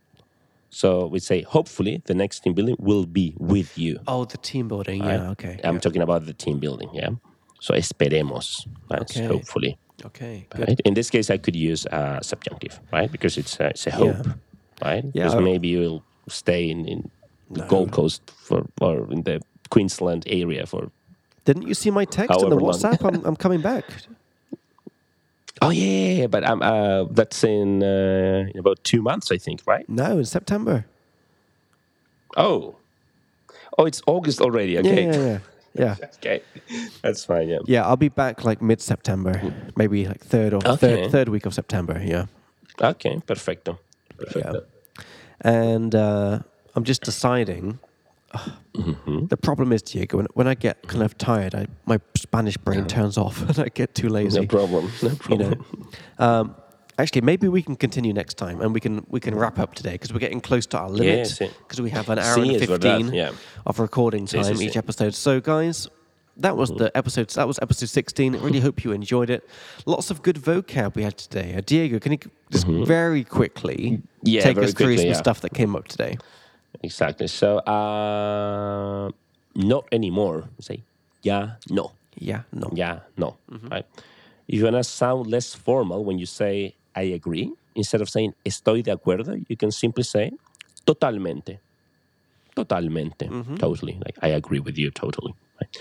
Speaker 2: So we say, hopefully, the next team building will be with you.
Speaker 1: Oh, the team building.
Speaker 2: right?
Speaker 1: Yeah, Oh, okay.
Speaker 2: I'm
Speaker 1: yeah.
Speaker 2: talking about the team building. Yeah. So esperemos. Right?
Speaker 1: Okay.
Speaker 2: Hopefully.
Speaker 1: Okay, good.
Speaker 2: Right? In this case, I could use uh, subjunctive, right? Because it's a, it's a hope, right?
Speaker 1: Yeah,
Speaker 2: Because
Speaker 1: I-
Speaker 2: maybe you'll stay in, in the Gold Coast for, or in the Queensland area for.
Speaker 1: Didn't you see my text in the
Speaker 2: However long.
Speaker 1: WhatsApp? I'm, I'm coming back.
Speaker 2: Oh yeah, yeah, yeah, but um, uh, that's in, uh, in about two months, I think, right?
Speaker 1: No, in September.
Speaker 2: Oh, oh, it's August already. Okay,
Speaker 1: Yeah, yeah, yeah. Yeah,
Speaker 2: okay, that's fine. Yeah.
Speaker 1: yeah I'll be back like mid September, maybe like third or
Speaker 2: Okay.
Speaker 1: third, third week of September. Yeah.
Speaker 2: Okay, perfecto.
Speaker 1: Yeah.
Speaker 2: Perfecto.
Speaker 1: And uh, I'm just deciding.
Speaker 2: Mm-hmm.
Speaker 1: The problem is, Diego, when, when I get kind of tired, I, my Spanish brain turns off and I get too lazy.
Speaker 2: No problem. No
Speaker 1: you
Speaker 2: problem.
Speaker 1: know. Um, actually, maybe we can continue next time, and we can we can wrap up today because we're getting close to our limit
Speaker 2: sí.
Speaker 1: because we have an hour
Speaker 2: Sí,
Speaker 1: and
Speaker 2: es verdad,
Speaker 1: fifteen
Speaker 2: yeah.
Speaker 1: of recording time
Speaker 2: sí, sí.
Speaker 1: each episode. So, guys. That was
Speaker 2: Mm-hmm.
Speaker 1: the episode. That was episode sixteen. I really hope you enjoyed it. Lots of good vocab we had today. Uh, Diego, can you c- just very quickly
Speaker 2: Mm-hmm. Yeah,
Speaker 1: take
Speaker 2: very
Speaker 1: us through
Speaker 2: quickly,
Speaker 1: some
Speaker 2: yeah.
Speaker 1: stuff that came up today?
Speaker 2: Exactly. So, uh, not anymore. Say, yeah, no.
Speaker 1: Yeah, no.
Speaker 2: Yeah, no. Right? If you want to sound less formal when you say, I agree, instead of saying, estoy de acuerdo, you can simply say, totalmente. Totalmente. Totally. Like, I agree with you totally. Right?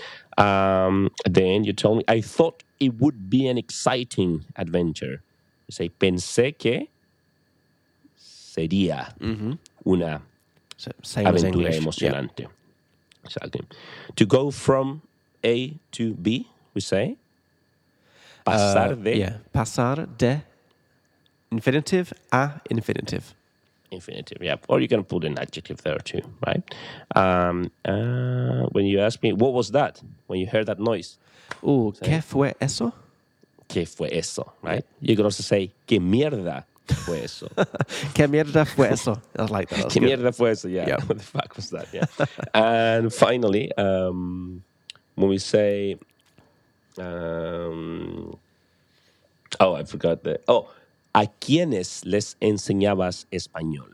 Speaker 2: Um, then you told me, I thought it would be an exciting adventure. You say, pensé que sería una
Speaker 1: So, same as
Speaker 2: aventura
Speaker 1: English. Yeah.
Speaker 2: emocionante. Exactly. To go from A to B, we say. Pasar de
Speaker 1: Uh, Yeah. Pasar de infinitive a infinitive.
Speaker 2: infinitive. Yeah. Or you can put an adjective there too, right? Um, uh, when you ask me, what was that? When you heard that noise,
Speaker 1: Oh, ¿qué fue eso?
Speaker 2: ¿qué fue eso? Right? You can also say, ¿qué mierda fue eso?
Speaker 1: ¿Qué mierda fue eso? I like that. That's
Speaker 2: ¿Qué
Speaker 1: good.
Speaker 2: mierda fue eso? Yeah.
Speaker 1: Yeah.
Speaker 2: what the fuck was that? Yeah. and finally, um, when we say, um, oh, I forgot that. Oh, ¿a quiénes les enseñabas español?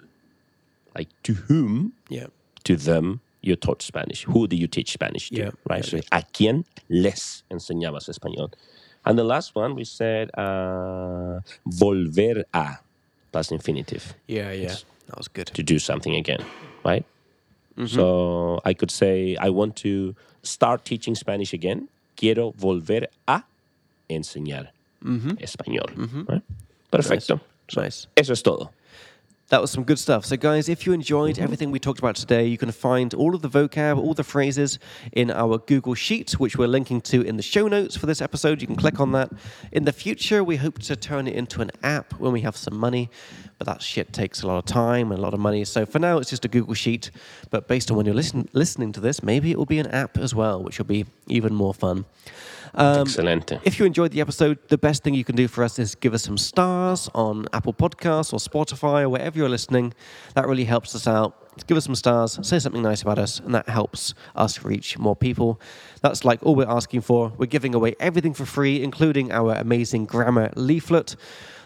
Speaker 2: Like, to whom
Speaker 1: Yeah.
Speaker 2: to them you taught Spanish. Who do you teach Spanish to?
Speaker 1: Yeah,
Speaker 2: right.
Speaker 1: yeah,
Speaker 2: So, a quién les enseñabas español? And the last one we said uh, volver a plus infinitive
Speaker 1: Yeah, yeah. That was good.
Speaker 2: to do something again, right? So I could say I want to start teaching Spanish again. Quiero volver a enseñar español. right? Perfecto.
Speaker 1: Nice.
Speaker 2: Eso es todo.
Speaker 1: That was some good stuff. So, guys, if you enjoyed everything we talked about today, you can find all of the vocab, all the phrases in our Google Sheet, which we're linking to in the show notes for this episode. You can click on that. In the future, we hope to turn it into an app when we have some money, but that shit takes a lot of time and a lot of money. So, for now, it's just a Google Sheet. But based on when you're listen- listening to this, maybe it will be an app as well, which will be even more fun.
Speaker 2: Excelente.
Speaker 1: If you enjoyed the episode, the best thing you can do for us is give us some stars on Apple Podcasts or Spotify or wherever you're listening. That really helps us out. Give us some stars, say something nice about us, and that helps us reach more people. That's like all we're asking for. We're giving away everything for free, including our amazing grammar leaflet.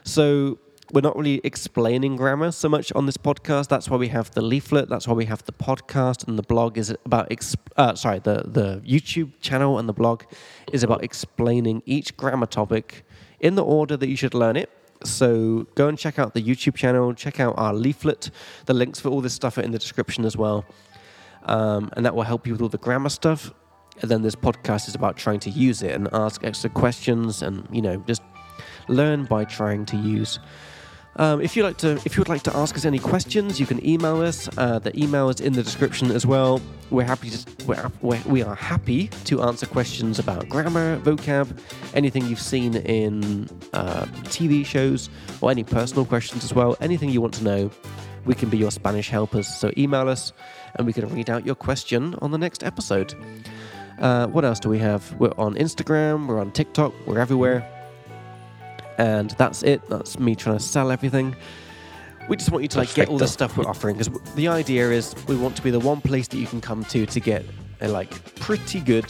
Speaker 1: So we're not really explaining grammar so much on this podcast. That's why we have the leaflet. That's why we have the podcast and the blog is about exp- uh, sorry the the YouTube channel and the blog is about explaining each grammar topic in the order that you should learn it. So go and check out the YouTube channel. Check out our leaflet. The links for all this stuff are in the description as well um, and that will help you with all the grammar stuff. And then this podcast is about trying to use it and ask extra questions, and you know, just learn by trying to use. Um, if you like to, if you would like to ask us any questions, you can email us. Uh, the email is in the description as well. We're happy to, we're, hap- we're, we are happy to answer questions about grammar, vocab, anything you've seen in uh, TV shows, or any personal questions as well. Anything you want to know, we can be your Spanish helpers. So email us, and we can read out your question on the next episode. Uh, what else do we have? We're on Instagram, we're on TikTok, we're everywhere. And that's it. That's me trying to sell everything. We just want you to like get all the
Speaker 2: Perfecto.
Speaker 1: stuff we're offering because the idea is we want to be the one place that you can come to to get a like pretty good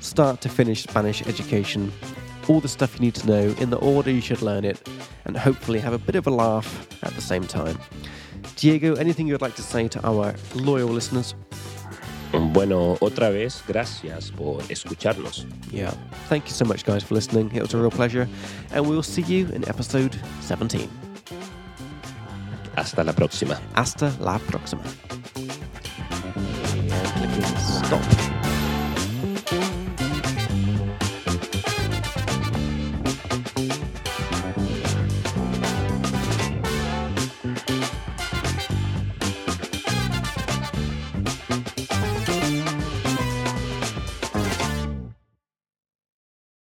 Speaker 1: start to finish Spanish education. All the stuff you need to know in the order you should learn it, and hopefully have a bit of a laugh at the same time. Diego, anything you would like to say to our loyal listeners?
Speaker 2: Bueno, otra vez, gracias por escucharnos.
Speaker 1: Yeah. Thank you so much, guys, for listening. It was a real pleasure. And we'll see you in episode 17.
Speaker 2: Hasta la próxima.
Speaker 1: Hasta la próxima. Stop.